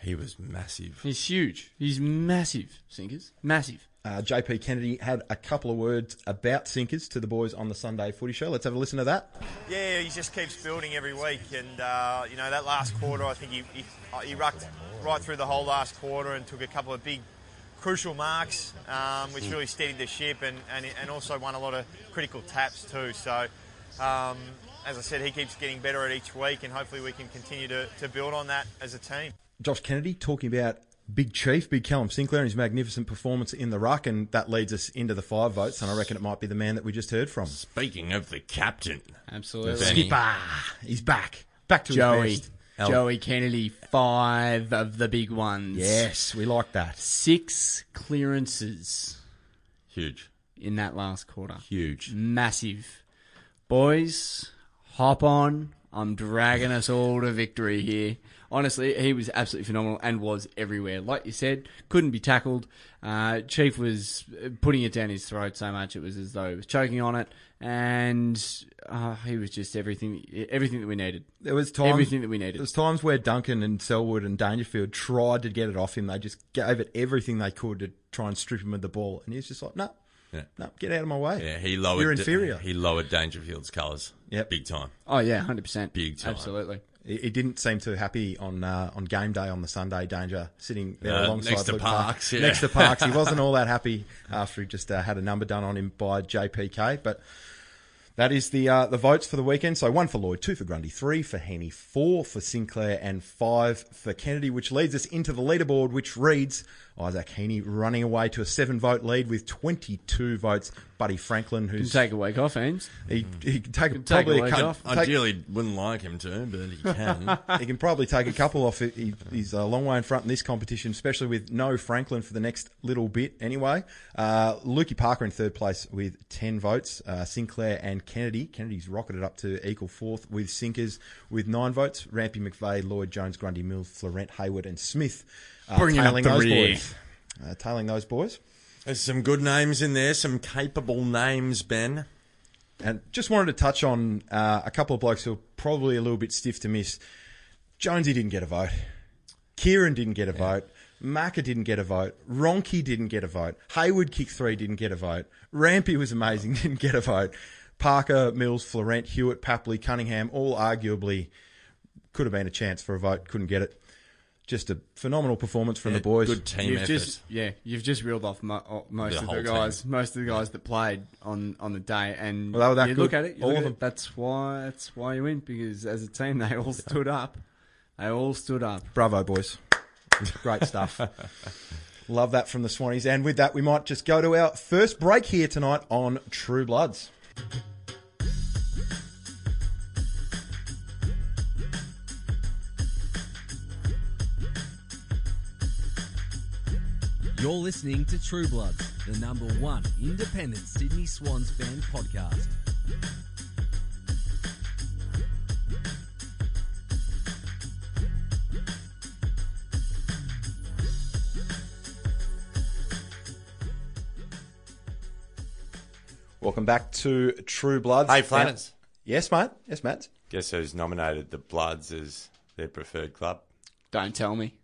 He was massive.
He's huge. He's massive, Sinkers. Massive.
uh, JP Kennedy had a couple of words about sinkers to the boys on the Sunday Footy Show. Let's have a listen to that.
Yeah, he just keeps building every week, and uh, you know that last quarter, I think he, he uh, he rucked right through the whole last quarter and took a couple of big, crucial marks, um, which really steadied the ship, and, and and also won a lot of critical taps too. So, um, as I said, he keeps getting better at each week, and hopefully we can continue to, to build on that as a team.
Josh Kennedy talking about Big Chief, Big Callum Sinclair, and his magnificent performance in the ruck, and that leads us into the five votes. And I reckon it might be the man that we just heard from.
Speaking of the captain,
Absolutely.
Benny.
Skipper, he's back, back to
Joey.
his best.
El-
Joey Kennedy, five of the big ones.
Yes, we like that.
Six clearances
huge,
in that last quarter.
huge.
Massive. Boys, hop on. I'm dragging us all to victory here. Honestly, he was absolutely phenomenal and was everywhere. Like you said, couldn't be tackled. Uh, Chief was uh, putting it down his throat so much it was as though he was choking on it, and uh, he was just everything, everything that we needed.
There was times
Everything that we needed.
There was times where Duncan and Selwood and Dangerfield tried to get it off him. They just gave it everything they could to try and strip him of the ball, and he's just like, no,
Yeah.
no, get out of my way.
Yeah, he lowered.
You're inferior.
He lowered Dangerfield's colours.
Yep.
big time.
Oh yeah, hundred percent,
Big time.
absolutely.
He he didn't seem too happy on uh, on game day on the Sunday. Danger sitting there
Uh,
alongside
next to
Luke
Parks, yeah.
Next to Parks, he wasn't all that happy after he just uh, had a number done on him by JPK. But that is the uh, the votes for the weekend. So one for Lloyd, two for Grundy, three for Henny, four for Sinclair, and five for Kennedy, which leads us into the leaderboard, which reads Isaac Heaney running away to a seven vote lead with twenty two votes. Buddy Franklin,
You
who's
Take a week off, Ames.
he, he can take,
take
probably
a
a
week
cunt-
off.
take-
Ideally, wouldn't like him to, but he can.
he can probably take a couple off. He, he's a uh, long way in front in this competition, especially with no Franklin for the next little bit anyway. Uh, Lukey Parker in third place with 10 votes. Uh, Sinclair and Kennedy. Kennedy's rocketed up to equal fourth with Sinkers with nine votes. Rampy McVeigh, Lloyd Jones, Grundy Mills, Florent Hayward, and Smith uh,
Bringing up
tailing
the
those
rear.
boys. Uh, tailing those boys.
There's some good names in there. Some capable names, Ben.
And just wanted to touch on uh, a couple of blokes who are probably a little bit stiff to miss. Jonesy didn't get a vote. Kieran didn't get a vote. Marker didn't get a vote. Ronke didn't get a vote. Hayward kick three didn't get a vote. Rampy was amazing, didn't get a vote. Parker, Mills, Florent, Hewitt, Papley, Cunningham, all arguably could have been a chance for a vote, couldn't get it. Just a phenomenal performance from the boys.
Good team
you've
effort.
just yeah, you've just reeled off mo- o- most
The
of
whole
the guys, most of the guys that played on, on the day, and
Well, they were that
you look
good.
at it, you
All
look
of
at it,
them.
That's why that's why you win because as a team they all stood up, they all stood up.
Bravo, boys. It's Great stuff. Love that from the Swannies. And with that, we might just go to our first break here tonight on True Bloods.
You're listening to True Bloods, the number one independent Sydney Swans fan podcast.
Welcome back to True Bloods.
Hey, Flanners.
Now- Yes, mate. Yes, Matt.
Guess who's nominated the Bloods as their preferred club?
Don't tell me,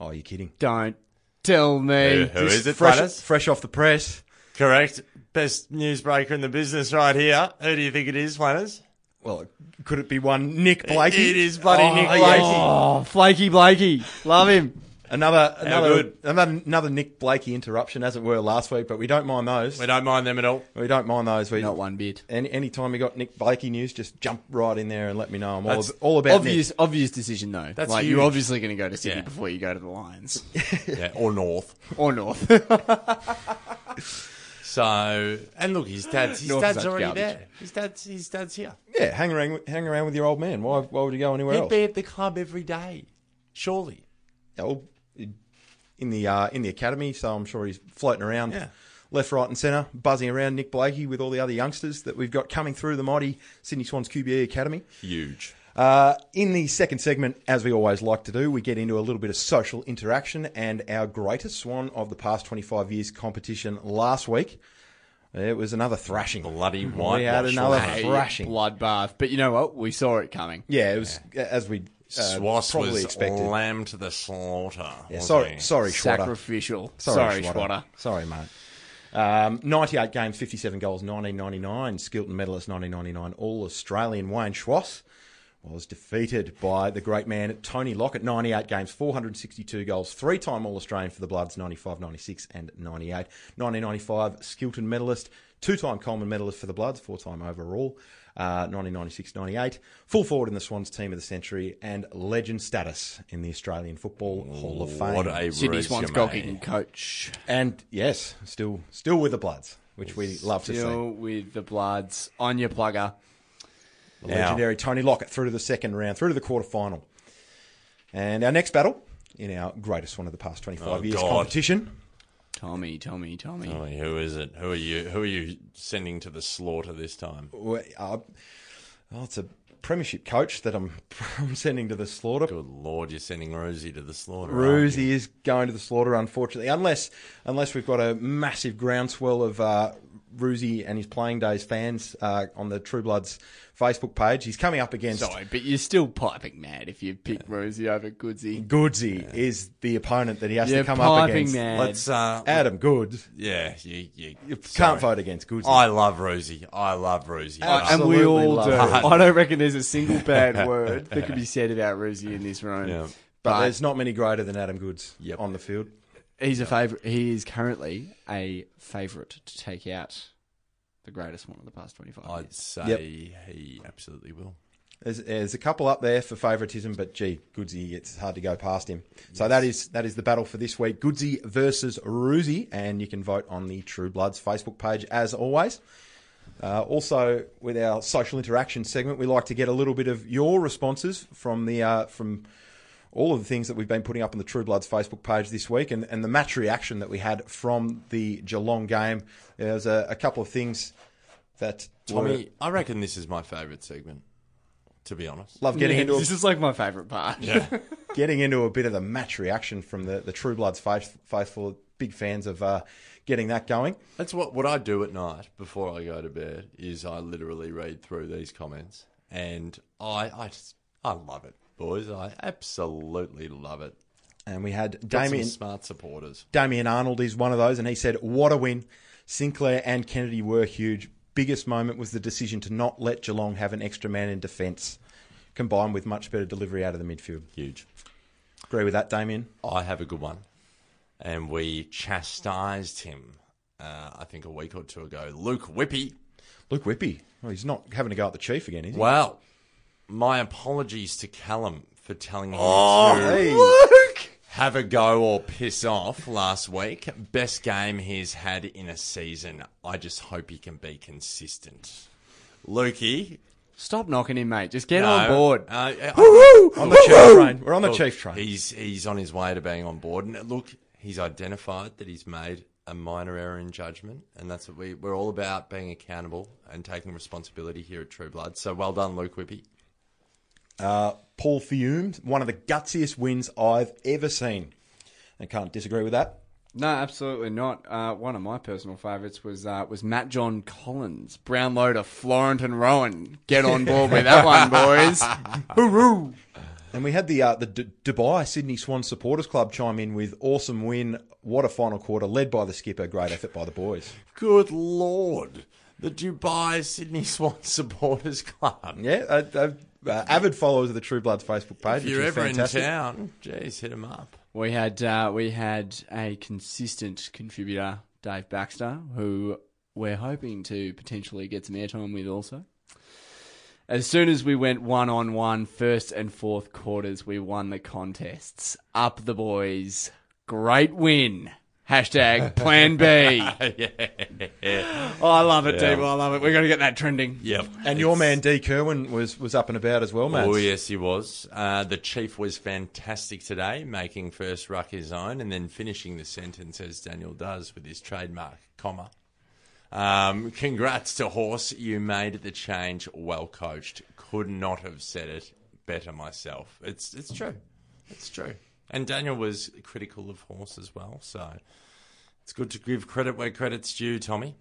Oh, you're kidding.
don't tell me.
Who is it,
Fresh,
Flanners?
fresh off the press.
Correct. Best newsbreaker in the business right here. Who do you think it is, Flanners?
Well, could it be one Nick Blakey? Oh,
It is bloody Nick Blakey.
Oh, Flaky Blakey, love him.
Another another,
good.
another another Nick Blakey interruption, as it were, last week. But we don't mind those.
We don't mind them at all.
We don't mind those. We
Not one bit.
Any anytime you got Nick Blakey news, just jump right in there and let me know. I'm all,
That's
ab- all about Nick.
obvious, obvious decision though.
That's
like
huge.
you're obviously going to go to Sydney
Yeah.
before you go to the Lions
Yeah, or North.
or North.
So, and look, his dad's his
North is
dad's
such
already
garbage.
there. His dad's his dad's here.
Yeah, hang around, hang around with your old man. Why, why would you go anywhere
He'd
else?
be at the club every day, surely.
Yeah, well, in the uh, in the academy, so I'm sure he's floating around
Yeah.
left, right, and centre, buzzing around Nick Blakey with all the other youngsters that we've got coming through the mighty Sydney Swans QBE Academy.
Huge.
Uh, in the second segment, as we always like to do, we get into a little bit of social interaction and our greatest Swan of the past 25 years competition last week. It was another thrashing.
Bloody
We had
whitewash,
another
wasn't it?
thrashing.
Bloodbath. But you know what? We saw it coming.
Yeah, it was as we uh,
Swass
probably
was
expected.
lamb to the slaughter.
Yeah,
wasn't
sorry,
he?
sorry, Schwatter.
Sacrificial.
Sorry,
Sorry,
Schwatter.
Schwatter.
Sorry, mate. Um, 98 games, 57 goals, 1999. Skilton medalist, 1999. All Australian Wayne Schwass was defeated by the great man Tony Lockett. 98 games, 462 goals, three time All Australian for the Bloods, 95, 96, and 98. 1995 Skilton medalist, two time Coleman medalist for the Bloods, four time overall. Uh, 1996 98, full forward in the Swans team of the century and legend status in the Australian Football Hall of Fame.
What a
Sydney Swans
resume.
goalkeeping coach.
And yes, still still with the Bloods, which we love to see.
Still with the Bloods on your plugger.
The
Now-
legendary Tony Lockett through to the second round, through to the quarterfinal. And our next battle in our greatest one of the past 25
Oh,
years
God.
competition.
Tommy, Tommy, Tommy.
Oh, who is it? Who are you? Who are you sending to the slaughter this time?
we- Uh, oh, it's a premiership coach that I'm, I'm sending to the slaughter.
Good lord, you're sending Rosie to the slaughter. aren't you?
Rosie is going to the slaughter, unfortunately, unless unless we've got a massive groundswell of uh, Rosie and his playing days fans uh, on the True Bloods Facebook page. He's coming up against
Sorry, but you're still piping mad if you pick Rosie over Goodsy.
Goodsy is the opponent that he has
You're
to come up
piping
against.
mad.
Let's. Uh,
Adam Goods.
yeah, you, you,
You
sorry.
can't vote against Uh, Goods.
I love Rosie. I love Rosie.
Absolutely.
and we all
love
do.
it.
I don't reckon there's a single bad word that could be said about Rosie in this room.
Yeah.
but
But
there's not many greater than Adam Goods
Yep.
on the field.
he's a favorite. He is currently a favorite to take out the greatest one of the past 25 years.
I'd say
Yep.
he absolutely will.
There's, there's a couple up there for favouritism, but gee, Goodsy, it's hard to go past him. So that is that is the battle for this week: Goodsy versus Roosie, and you can vote on the True Bloods Facebook page as always. Uh, also, with our social interaction segment, we like to get a little bit of your responses from the uh, from all of the things that we've been putting up on the True Bloods Facebook page this week, and, and the match reaction that we had from the Geelong game. There's a, a couple of things that
Tommy,
were-
I reckon this is my favourite segment. To be honest,
love getting
Yeah,
into. A
this is like my favorite part.
getting into a bit of the match reaction from the, the True Bloods faith, faithful, big fans of uh, getting that going.
That's what what I do at night before I go to bed is I literally read through these comments and I I just I love it, boys. I absolutely love it.
And we had
Got some
Damien,
smart supporters.
Damien Arnold is one of those, and he said, What a win. Sinclair and Kennedy were huge. Biggest moment was the decision to not let Geelong have an extra man in defence, combined with much better delivery out of the midfield.
Huge.
Agree with that, Damien?
I have a good one. And we chastised him uh, I think a week or two ago. Luke Whippy.
Luke Whippy. Well, he's not having a go at the Chief again, is he?
Well, my apologies to Callum for telling him to
Oh, Hey.
have a go or piss off last week. Best game he's had in a season. I just hope he can be consistent. Lukey,
Stop knocking him, mate. Just get on
no,
board.
uh, I-
On the Chief train. We're on the
Look,
Chief train.
He's he's on his way to being on board. And look, he's identified that he's made a minor error in judgment, and that's what we we're all about: being accountable and taking responsibility here at True Blood. So well done, Luke Whippy.
Paul Fiume, one of the gutsiest wins I've ever seen. I can't disagree with that.
No, absolutely not. Uh, one of my personal favourites was uh, was Matt John Collins, Brownlow to Florent and Rowan. Get on board with that one, boys. Hooroo!
And we had the uh, the D- Dubai Sydney Swan Supporters Club chime in with awesome win. What a final quarter, led by the skipper. Great effort by the boys.
Good lord, the Dubai Sydney Swan supporters club.
Yeah, uh, uh, uh, avid followers of the True Bloods Facebook page.
If you're
which is
ever
fantastic.
in town, geez, hit him up.
We had uh, we had a consistent contributor, Dave Baxter, who we're hoping to potentially get some airtime with also. As soon as we went one on one, first and fourth quarters, we won the contests. Up the boys. Great win. Hashtag Plan B.
yeah.
Oh, I love it,
Yeah.
Debo. I love it. We're going to get that trending.
Yep.
And your man D Kerwin was was up and about as well, Matt.
Oh, yes, he was. Uh, the chief was fantastic today, making first ruck his own and then finishing the sentence as Daniel does with his trademark comma. Um, congrats to Horse. You made the change. Well coached. Could not have said it better myself. It's it's true. It's true. And Daniel was critical of Horse as well. So it's good to give credit where credit's due, Tommy.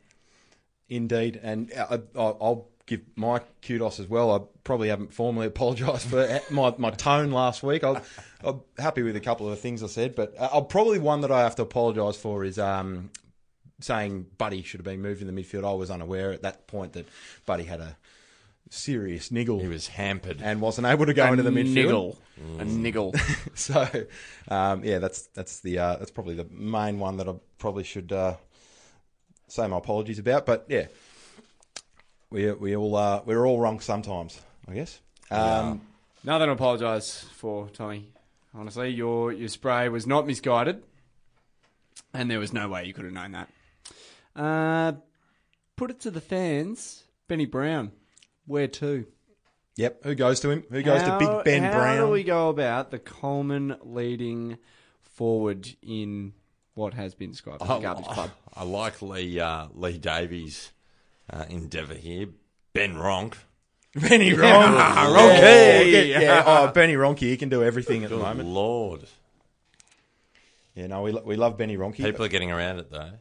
Indeed, and I, I, I'll give my kudos as well. I probably haven't formally apologised for my, my tone last week. I'll, I'm happy with a couple of the things I said, but uh, I'll probably one that I have to apologise for is um, saying Buddy should have been moved in the midfield. I was unaware at that point that Buddy had a serious niggle
He was hampered.
and wasn't able to go into the midfield. Mm.
niggle. A niggle.
So, um, yeah, that's that's the uh, that's probably the main one that I probably should uh, say my apologies about. But yeah, we we all uh, we're all wrong sometimes, I guess. Um,
Nothing to apologise for, Tommy. Honestly, your your spray was not misguided, and there was no way you could have known that. Uh, put it to the fans, Benny Brown. Where to?
Yep. Who goes to him? Who goes to Big Ben
how
Brown?
How do we go about the Coleman leading forward in what has been described as
Oh.
a garbage
I,
club?
I like Lee uh, Lee Davies' uh, endeavour here. Ben Ronk.
Benny Ronke.
Ah,
Okay.
Yeah, yeah. Oh, Benny Ronke. He can do everything at the
Good
moment.
lord.
Yeah. No, we lo- we love Benny Ronke.
People are getting around it though.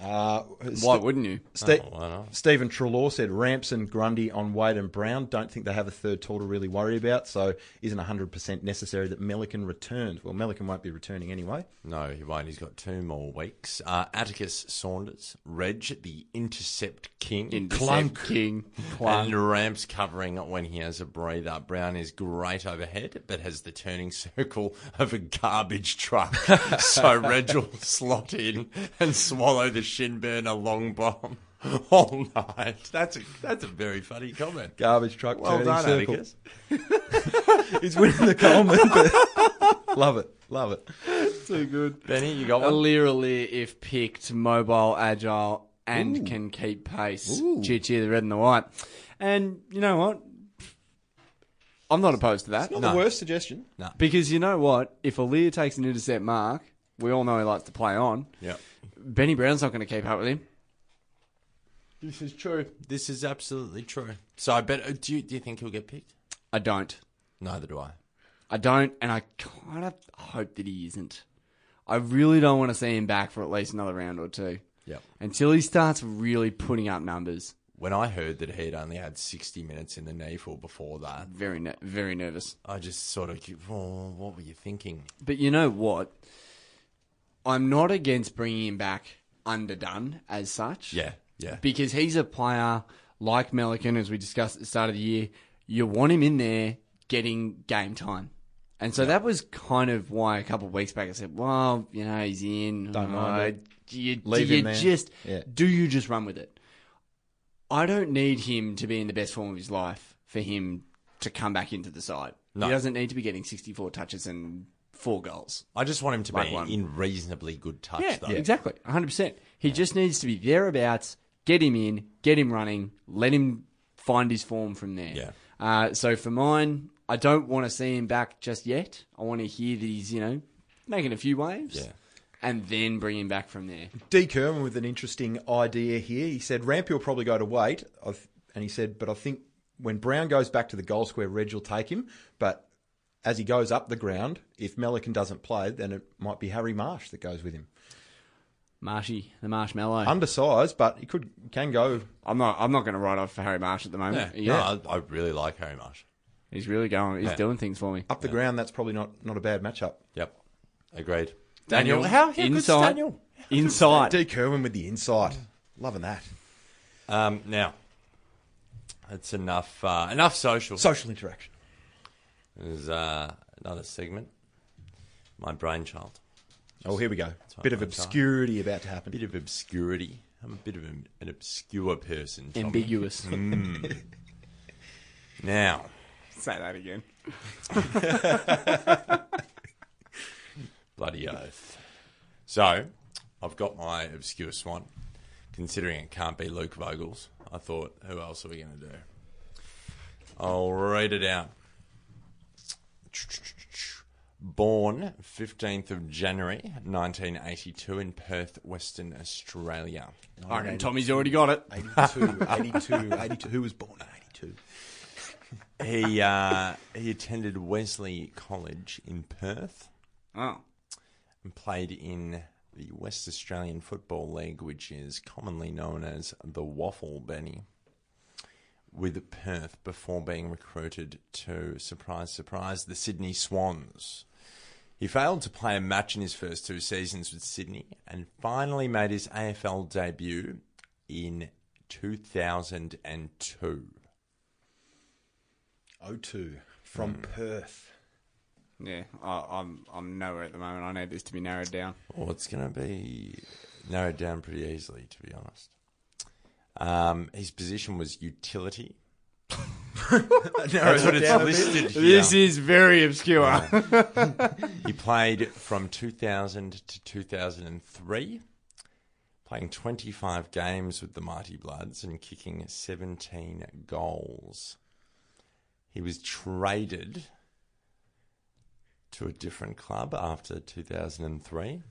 uh,
Why wouldn't you?
Ste-
Oh, why not?
Stephen Trelaw said Ramps and Grundy on Wade and Brown. Don't think they have a third tall to really worry about, so isn't 100% necessary that Melican returns. Well, Melican won't be returning anyway.
No, he won't. He's got two more weeks. Uh, Atticus Saunders, Reg, the intercept king,
Intercept King. Clunk.
and Ramps covering when he has a breather. Brown is great overhead, but has the turning circle of a garbage truck, so Reg will slot in and swallow the shin burner long bomb all night. That's a that's a very funny comment.
Garbage truck
Well
turning
done,
circle.
Atticus.
He's winning the Coleman. but- love it. Love it.
Too good.
Benny, you got one.
Alir Alir, if picked, mobile, agile, and can keep pace. Cheer, cheer, the red and the white. And you know what? I'm not opposed to that.
Not the worst suggestion.
Because you know what? If Alir takes an intercept mark, we all know he likes to play on.
Yeah.
Benny Brown's not going to keep up with him.
This is true. This is absolutely true. So I bet. uh, Do you, do you think he'll get picked?
I don't.
Neither do I.
I don't, and I kind of hope that he isn't. I really don't want to see him back for at least another round or two.
Yep.
Until he starts really putting up numbers.
When I heard that he'd only had 60 minutes in the NEFL before that,
Very, ne- very nervous.
I just sort of, oh, what were you thinking?
But you know what? I'm not against bringing him back underdone as such.
Yeah, yeah.
Because he's a player like Melican, as we discussed at the start of the year. You want him in there getting game time. And so that was kind of why a couple of weeks back I said, well, you know, he's in.
Don't mind it.
do you, do
Leave him
you
there.
just,
Yeah.
do you just run with it? I don't need him to be in the best form of his life for him to come back into the side.
No.
He doesn't need to be getting 64 touches and four goals.
I just want him to
Like
be
one.
in reasonably good touch, though.
exactly. 100%. He just needs to be thereabouts, get him in, get him running, let him find his form from there.
Yeah.
Uh, so for mine, I don't want to see him back just yet. I want to hear that he's, you know, making a few waves.
Yeah.
And then bring him back from there.
D. Kerwin with an interesting idea here. He said Ramp will probably go to wait, I've, and he said, but I think when Brown goes back to the goal square, Reg will take him. But as he goes up the ground, if Melican doesn't play, then it might be Harry Marsh that goes with him.
Marshy, the marshmallow.
Undersized, but he could can go.
I'm not. I'm not going to write off Harry Marsh at the
Yeah.
moment.
No, I, I really like Harry Marsh.
he's really going. He's
Yeah.
doing things for me.
Up the ground, that's probably not, not a bad matchup.
Yep. Agreed.
Daniel,
how, how good's
inside,
Daniel?
inside.
D. Kerwin with the insight. Loving that.
Um, now, that's enough, uh, enough social.
Social interaction.
There's uh, another segment. My brainchild.
Oh, here we go.
what
Bit of
I like.
obscurity about to happen.
bit of obscurity. I'm a bit of an, an obscure person. Tommy.
Ambiguous.
Mm. Now,
Say that again.
bloody oath. So, I've got my obscure swan. Considering it can't be Luke Vogel's, I thought, who else are we going to do? I'll read it out. Born 15th of January 1982 in Perth, Western Australia.
I reckon Tommy's already got it.
82, 82, 82. Who was born in 82?
He uh, he attended Wesley College in Perth
Oh.
and played in the West Australian Football League, which is commonly known as the Waffle Benny, with Perth before being recruited to, surprise, surprise, the Sydney Swans. He failed to play a match in his first two seasons with Sydney and finally made his AFL debut in 2002.
02
Hmm.
from Perth.
Yeah, I, I'm I'm nowhere at the moment. I need this to be narrowed down.
Well, it's going to be narrowed down pretty easily, to be honest. Um, his position was utility. That's what it's listed here.
This is very obscure.
He played from 2000 to 2003, playing 25 games with the Mighty Bloods and kicking 17 goals. He was traded to a different club after 2003,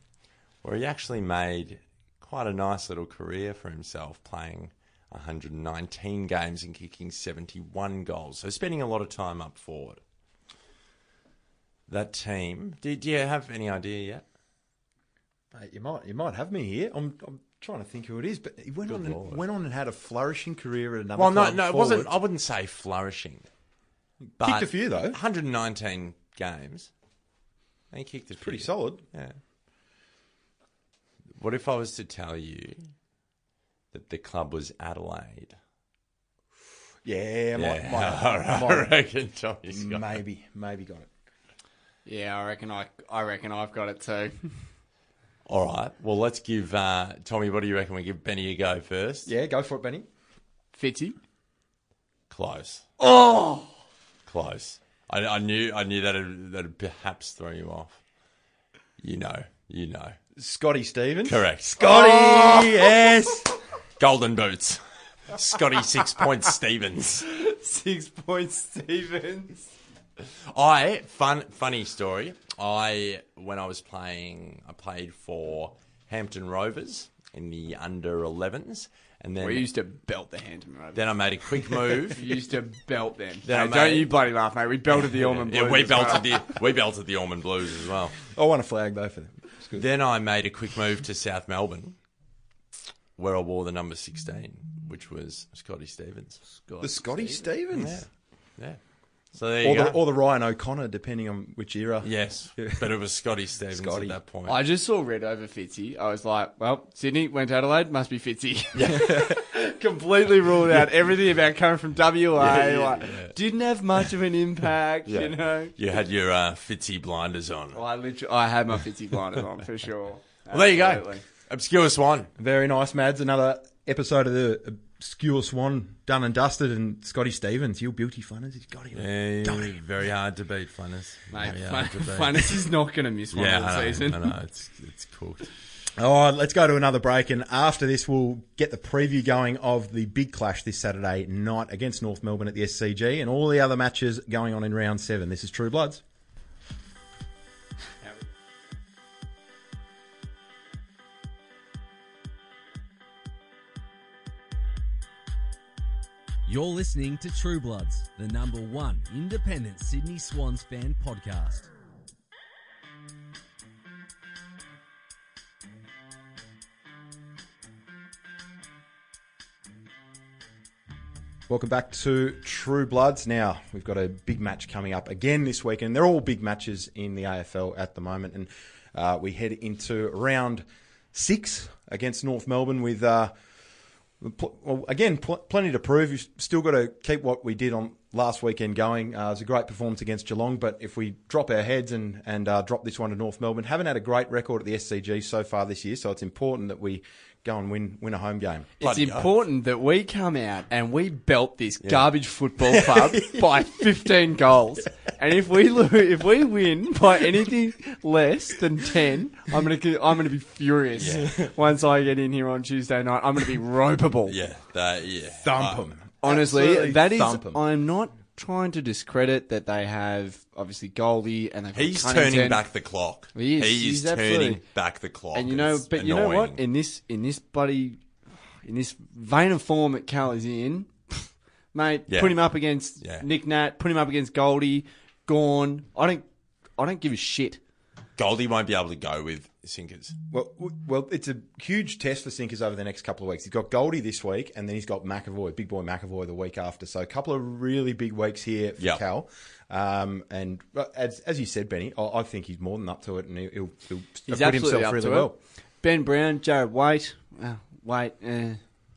where he actually made quite a nice little career for himself, playing 119 games and kicking 71 goals. So, spending a lot of time up forward that team. Do, do you have any idea yet?
Mate, you might you might have me here. I'm, I'm trying to think who it is, but he went on and,
Lord.
went on and had a flourishing career at another.
Well, no,
club
no, it
forward.
wasn't. I wouldn't say flourishing. But
Kicked a few, though.
119 games. And he kicked a
Pretty
few.
solid.
Yeah. What if I was to tell you that the club was Adelaide?
Yeah, might,
Yeah,
might,
I
might,
reckon Tommy's got it.
maybe maybe got it.
yeah, I reckon I I reckon I've got it too.
All right. Well, let's give uh, Tommy. What do you reckon? We give Benny a go first.
Yeah, go for it, Benny.
Fitzy.
Close. Oh, close. I, I knew. I knew that that perhaps throw you off. You know. You know.
Scotty Stevens.
Correct.
Scotty,
Oh.
yes.
Golden boots. Scotty six point Stevens.
Six points, Stevens.
I fun funny story. I when I was playing, I played for Hampton Rovers in the under 11s, and then
We used to belt the Hampton Rovers.
then I made a quick move.
We used to belt them.
Then
Hey,
I
don't
made-
you bloody laugh, mate. We belted the Ormond
yeah,
Blues
we
as well.
belted the we belted the Ormond Blues as well.
I want a flag though for them. It's good.
Then I made a quick move to South Melbourne, where I wore the number 16, which was Scotty Stevens.
The Scotty Stevens.
Yeah. So there
Or
you
the,
go.
or the Ryan O'Connor, depending on which era.
yes, but it was Scotty Stevens
Scotty.
at that point.
I just saw red over Fitzy. I was like, well, Sydney went to Adelaide, must be Fitzy. Completely ruled out everything about coming from WA. like, Didn't have much of an impact, you know.
you had your uh, Fitzy blinders on.
Well, I literally, I had my Fitzy blinders on for sure.
Well, there you go.
Absolutely.
Obscure Swan.
Very nice, Mads. Another episode of the obscure Swan done and dusted, and Scotty Stevens. You beauty funners, he's got it.
Very hard to beat, Funners.
Mate,
Very
Fun-
hard to beat.
Funness is not going to miss one
Yeah,
of
I
the
know,
season.
I know. It's, it's cooked.
All right, let's go to another break, and after this, we'll get the preview going of the big clash this Saturday night against North Melbourne at the SCG, and all the other matches going on in round seven. This is True Bloods.
You're listening to True Bloods, the number one independent Sydney Swans fan podcast.
Welcome back to True Bloods. Now, we've got a big match coming up again this weekend. They're all big matches in the AFL at the moment. And uh, we head into round six against North Melbourne with, uh, pl- well, again, pl- plenty to prove. You've still got to keep what we did on last weekend going. Uh, it was a great performance against Geelong. But if we drop our heads and, and uh, drop this one to North Melbourne, haven't had a great record at the SCG so far this year. So it's important that we go and win win a home game.
It's
Bloody oath.
important that we come out and we belt this garbage football club by 15 goals. And if we lo- if we win by anything less than 10, I'm gonna ki- I'm gonna be furious. Once I get in here on Tuesday night, I'm gonna be ropeable.
Yeah, that, yeah. Uh,
Thump
Uh,
'em.
Honestly,
Absolutely
that is.
thump 'em.
I'm not trying to discredit that they have obviously goalie and they've got
He's
Cunnington.
turning back the clock.
He is. He's
turning
absolutely-
back the clock.
And you know,
It's
but you know
annoying.
what? In this in this bloody in this vein of form that Cal is in, mate,
Yeah.
put him up against
Yeah.
Nick Nat, put him up against Goldie, Gorn. I don't I don't give a shit.
Goldie won't be able to go with sinkers.
Mm.
Well, w- well, it's a huge test for Sinkers over the next couple of weeks. He's got Goldie this week, and then he's got McAvoy, big boy McAvoy, the week after. So a couple of really big weeks here for
Yep.
Cal. Um, and uh, as, as you said, Benny, I, I think he's more than up to it, and he- he'll, he'll
He's
acquit
absolutely
himself
up
really
to it.
well.
Ben Brown, Jared Waite, uh, Waite, uh,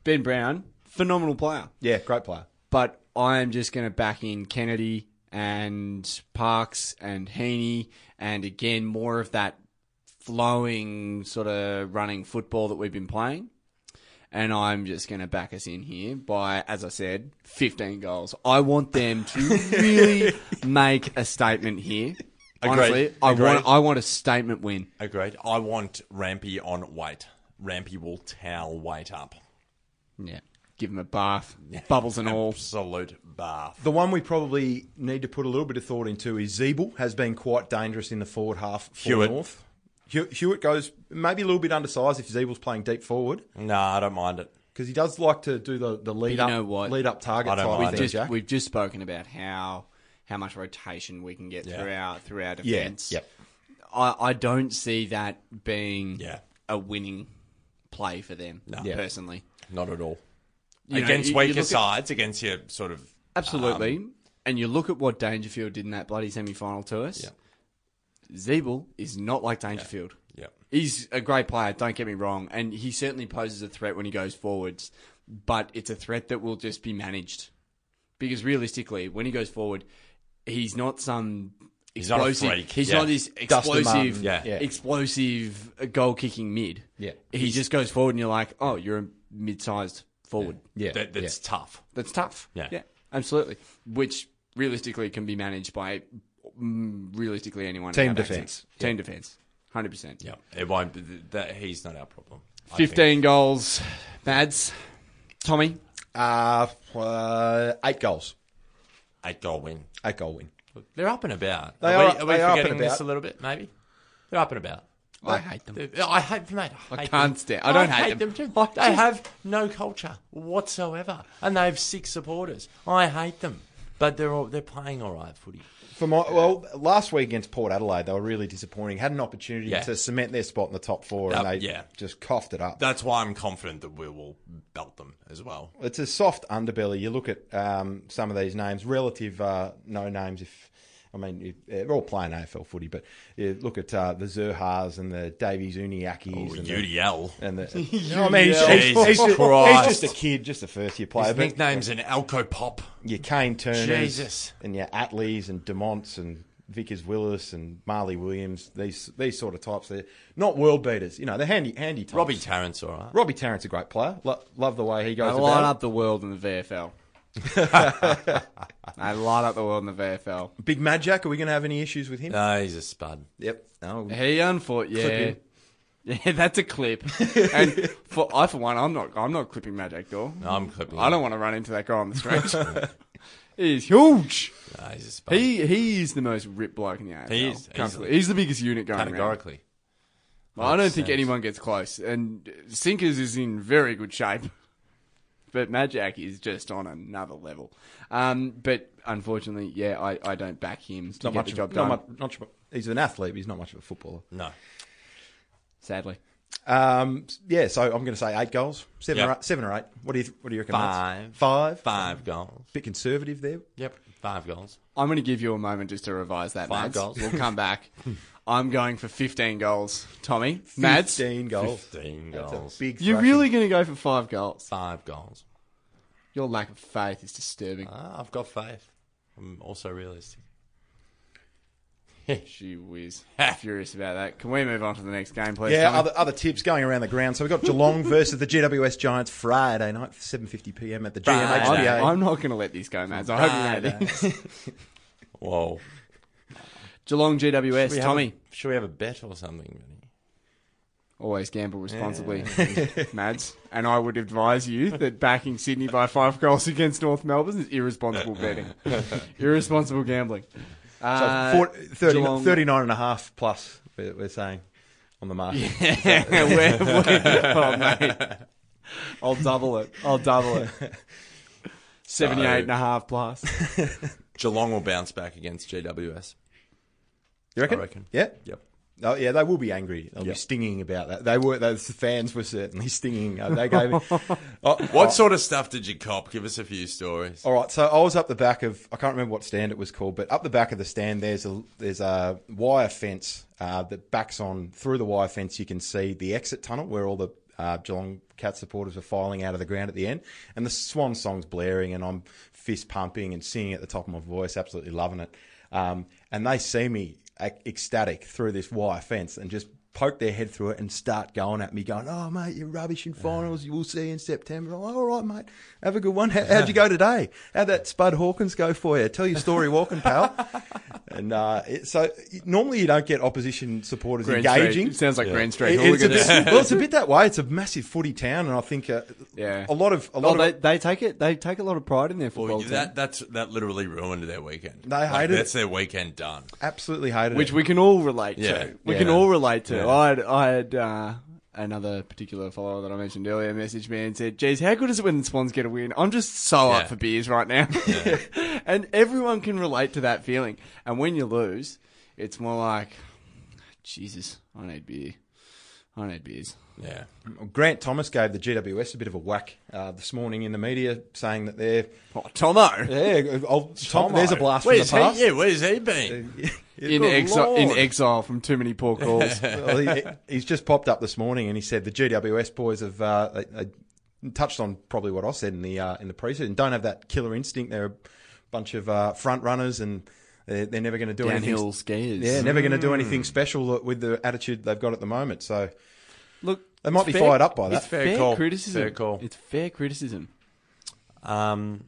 Ben Brown, phenomenal player.
Yeah, great player.
but I am just going to back in Kennedy and Parks and Heaney, and again more of that flowing sort of running football that we've been playing. And I'm just going to back us in here by, as I said, 15 goals. I want them to really make a statement here.
Agreed.
Honestly, I want
Agreed.
I want a statement win.
Agreed. I want Rampy on weight. Rampy will towel weight up.
Yeah, give them a bath, bubbles and all.
Absolute bath.
The one we probably need to put a little bit of thought into is Zeeble has been quite dangerous in the forward half for
Hewitt.
North. Hew- Hewitt goes maybe a little bit undersized if Zeeble's playing deep forward
No, I don't mind it.
because he does like to do the, the lead
you
up
know what?
lead up target
I don't
type
mind
thing,
it.
just,
Jack.
We've just spoken about how how much rotation we can get
Yeah.
through our through our
yeah,
defense.
yep.
I, I don't see that being
Yeah.
a winning play for them
Yeah.
personally.
Not at all.
You know,
against
you- you
weaker
look at-
sides, against your sort of
Absolutely. Um, and you look at what Dangerfield did in that bloody semi final to us.
Yeah.
Zeeble is not like Dangerfield.
Yeah.
He's a great player, don't get me wrong, and he certainly poses a threat when he goes forwards, but it's a threat that will just be managed. Because realistically, when he goes forward, he's not some
He's not a
explosive.
freak,
he's
yeah.
not this
Dustin Martin,
explosive,
yeah.
Yeah.
explosive goal kicking mid.
Yeah.
He just goes forward, and you're like, oh, you're a mid sized forward.
Yeah,
that, that's tough.
That's tough.
Yeah.
Yeah, absolutely. Which realistically can be managed by mm, realistically anyone. in
Team
our back
defence.
six. Team defense. 100%.
Yeah. It won't be that he's not our problem. I think.
15 goals, Mads. Tommy.
Uh, uh, eight goals,
Eight goal win.
eight goal win.
They're up and about.
They
are,
are-
we, are we
they are up
forgetting
and
this
about.
a little bit, maybe? They're up and about.
I hate them.
They're- I hate mate. I,
I
hate
can't
them.
stand- I don't hate them.
too.
I
They
just-
have no culture whatsoever, and they have six supporters. I hate them, but they're all, they're playing all right footy.
For my well, last week against Port Adelaide, they were really disappointing. Had an opportunity
Yeah.
to cement their spot in the top four, and
That-
they
yeah.
just coughed it up.
That's why I'm confident that we will belt them as well.
it's a soft underbelly. You look at um, some of these names, relative uh, no names. If I mean, if, they're all playing AFL footy, but you look at uh, the Zerhas and the Davies Uniakis
Oh,
and the,
UDL.
and the you know what I mean, he's, he's-
Jesus
he's just,
Christ.
he's just a kid, just a first year player.
His
But
nickname's an Alco Pop.
your Kane Turners
Jesus.
and your Atleys and Demonts and Vickers Willis and Marley Williams. These these sort of types. They're not world beaters. You know, they're handy handy types.
Robbie Tarrant's all right.
Robbie Tarrant's a great player. Lo- love the way he
I
goes
light
about. it.
up the world in the VFL. I light up the world in the VFL.
Big Mad Jack, are we going to have any issues with him?
No, he's a spud.
Yep. No.
He unfortunately, yeah.
Clip
Yeah, that's a clip. and for I for one, I'm not I'm not clipping Magic Door.
I'm clipping.
I don't want to run into that guy on the street. He's huge.
No, he's a spud.
He he is the most ripped bloke in the AFL.
He is,
Comfortably.
easily.
He's the biggest unit going around.
categorically.
Well, I don't think
sense.
anyone gets close. And Sinkers is in very good shape. But Magic is just on another level. Um, but unfortunately, yeah, I, I don't back him to
Not
get
much
the
of,
job
not
done,
much, not much- He's an athlete, but he's not much of a footballer.
No.
sadly.
Um, yeah, so I'm going to say eight goals, seven,
Yep.
or, eight, seven or eight. What do you What do you reckon?
Five.
Mads? Five.
Five goals.
Bit conservative there.
Yep. Five goals.
I'm going to give you a moment just to revise that,
Five
Mads.
goals.
We'll come back. I'm going for 15 goals, Tommy. Mads,
Fifteen goals.
Fifteen
That's a
goals.
big.
you're
thrashing.
really going to go for five goals.
Five goals.
Your lack
Uh,
of faith is disturbing.
Ah, I've got faith. I'm also realistic.
She whiz. Furious about that. Can we move on to the next game, please?
yeah,
Tommy?
other, other tips going around the ground. So we've got Geelong versus the GWS Giants Friday night, 7.50 p.m. at the
Uh, I'm,
GMHBA.
I'm not going to let this go, Mads. I hope you know that.
Whoa.
Geelong
Should we
GWS,
have
Tommy.
a- should we have a bet or something?
Always gamble responsibly, Mads. And I would advise you that backing Sydney by five goals against North Melbourne is irresponsible betting. irresponsible gambling. Uh,
so 40, 30,
Geelong-
39 and a half plus, we're, we're saying, on the market.
Yeah, we're, we're, oh, mate. I'll double it. I'll double it. 78 and a half plus.
Geelong will bounce back against GWS.
You reckon?
I reckon.
Yeah.
Yep.
Oh yeah, they will be angry. They'll
Yep.
be stinging about that. They were those fans were certainly stinging. Uh, they gave me. Oh,
What sort of stuff did you cop? Give us a few stories.
All right, so I was up the back of I can't remember what stand it was called, but up the back of the stand there's a there's a wire fence uh, that backs on through the wire fence. You can see the exit tunnel where all the uh, Geelong Cat supporters were filing out of the ground at the end, and the Swan song's blaring, and I'm fist pumping and singing at the top of my voice, absolutely loving it. Um, and they see me ec- ecstatic through this wire fence and just poke their head through it and start going at me, going, "Oh mate, you're rubbish in finals. You will see in September." I'm like, "All right, mate, have a good one. How, how'd you go today? How'd that Spud Hawkins go for you? Tell your story, walking pal." and uh, it, so normally you don't get opposition supporters
Green
engaging.
Street. Sounds like Green Street
It- it's a
hooligans.
bit, well, it's a bit that way. It's a massive footy town, and I think uh,
Yeah.
a lot of a
Oh,
lot
they,
of
they take it. They take a lot of pride in their football
Well,
team,
that that's that literally ruined their weekend.
They hated it.
That's their weekend done.
absolutely hated
which
it.
we can all relate
Yeah.
to. We
Yeah.
can all relate to.
Yeah.
I had, I had uh, another particular follower that I mentioned earlier messaged me and said, "Geez, how good is it when the Swans get a win? I'm just so
Yeah.
up for beers right now." and everyone can relate to that feeling. And when you lose, it's more like, "Jesus, I need beer. I need beers."
Yeah.
Grant Thomas gave the GWS a bit of a whack uh, this morning in the media, saying that they're
Oh, Tomo.
Yeah, old Tom, there's a blast from the
Where's he?
past.
Yeah, where's he been?
In
Good
exile, in
Lord.
exile from too many poor calls.
Well, he, he's just popped up this morning and he said the GWS boys have uh, they, they touched on probably what I said in the uh, in the preseason. Don't have that killer instinct. They're a bunch of uh, front runners and they're, they're never going to do
Downhill
anything.
skiers.
Yeah, never going to
Mm.
do anything special with the attitude they've got at the moment. So
Look,
they might
it's
be
fair-
fired up by that.
It's fair,
call.
criticism.
Fair call.
It's fair criticism.
Um,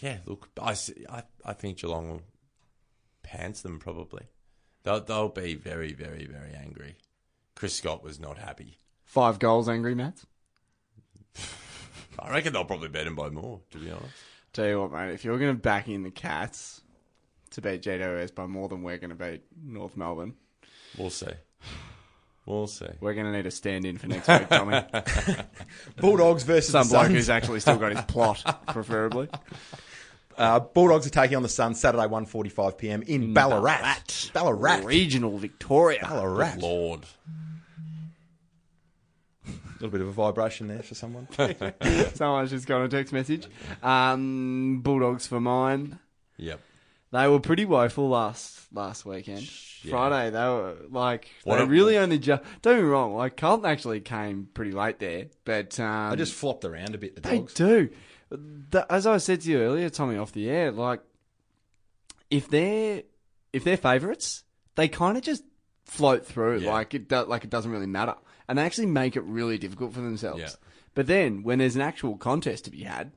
yeah. Look, I, see- I I think Geelong will pants them probably. They'll they'll be very very very angry. Chris Scott was not happy.
Five goals, angry Matt.
I reckon they'll probably bet him by more. To be honest.
Tell you what, mate, if you're going to back in the Cats to beat JWS by more than we're going to beat North Melbourne,
We'll see. We'll see.
we're going to need a stand in for next week, Tommy.
Bulldogs versus
Some
the
bloke
Suns.
who's actually still got his plot, preferably.
Uh, Bulldogs are taking on the Suns Saturday 1.45 p.m. in Ballarat. Ballarat.
Regional Victoria.
Ballarat. A
Lord.
little bit of a vibration there for someone.
Someone's just got a text message. Um, Bulldogs for mine.
Yep.
They were pretty woeful last last weekend. Friday, they were like
What
they
a-
really only just. Don't be wrong. Like Carlton actually came pretty late there, but um,
I just flopped around a bit. The
They
dogs.
do. The, as I said to you earlier, Tommy, off the air, like if they're if they're favourites, they kind of just float through.
Yeah.
Like it do, like it doesn't really matter, and they actually make it really difficult for themselves.
Yeah.
But then when there's an actual contest to be had,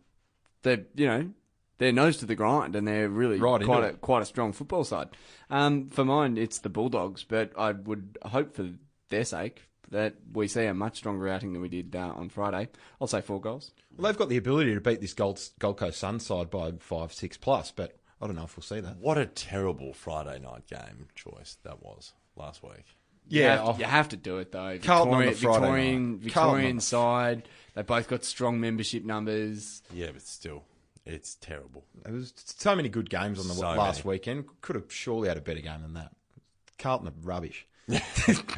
they you know they're nose to the grind and they're really
Right into
quite a,
it.
quite a strong football side. Um, for mine, it's the Bulldogs, but I would hope for their sake. That we see a much stronger outing than we did uh, on Friday. I'll say four goals.
Well, they've got the ability to beat this Gold, Gold Coast Sun side by five, six plus, but I don't know if we'll see that.
What a terrible Friday night game choice that was last week.
you
oh,
have, to, you have to do it though.
Carlton on the Friday
Victorian,
night. Carlton on
Victorian
the-
side. They both got strong membership numbers.
Yeah, but still, it's terrible.
there was so many good games on the
So
last
many.
weekend. Could have surely had a better game than that. Carlton are rubbish.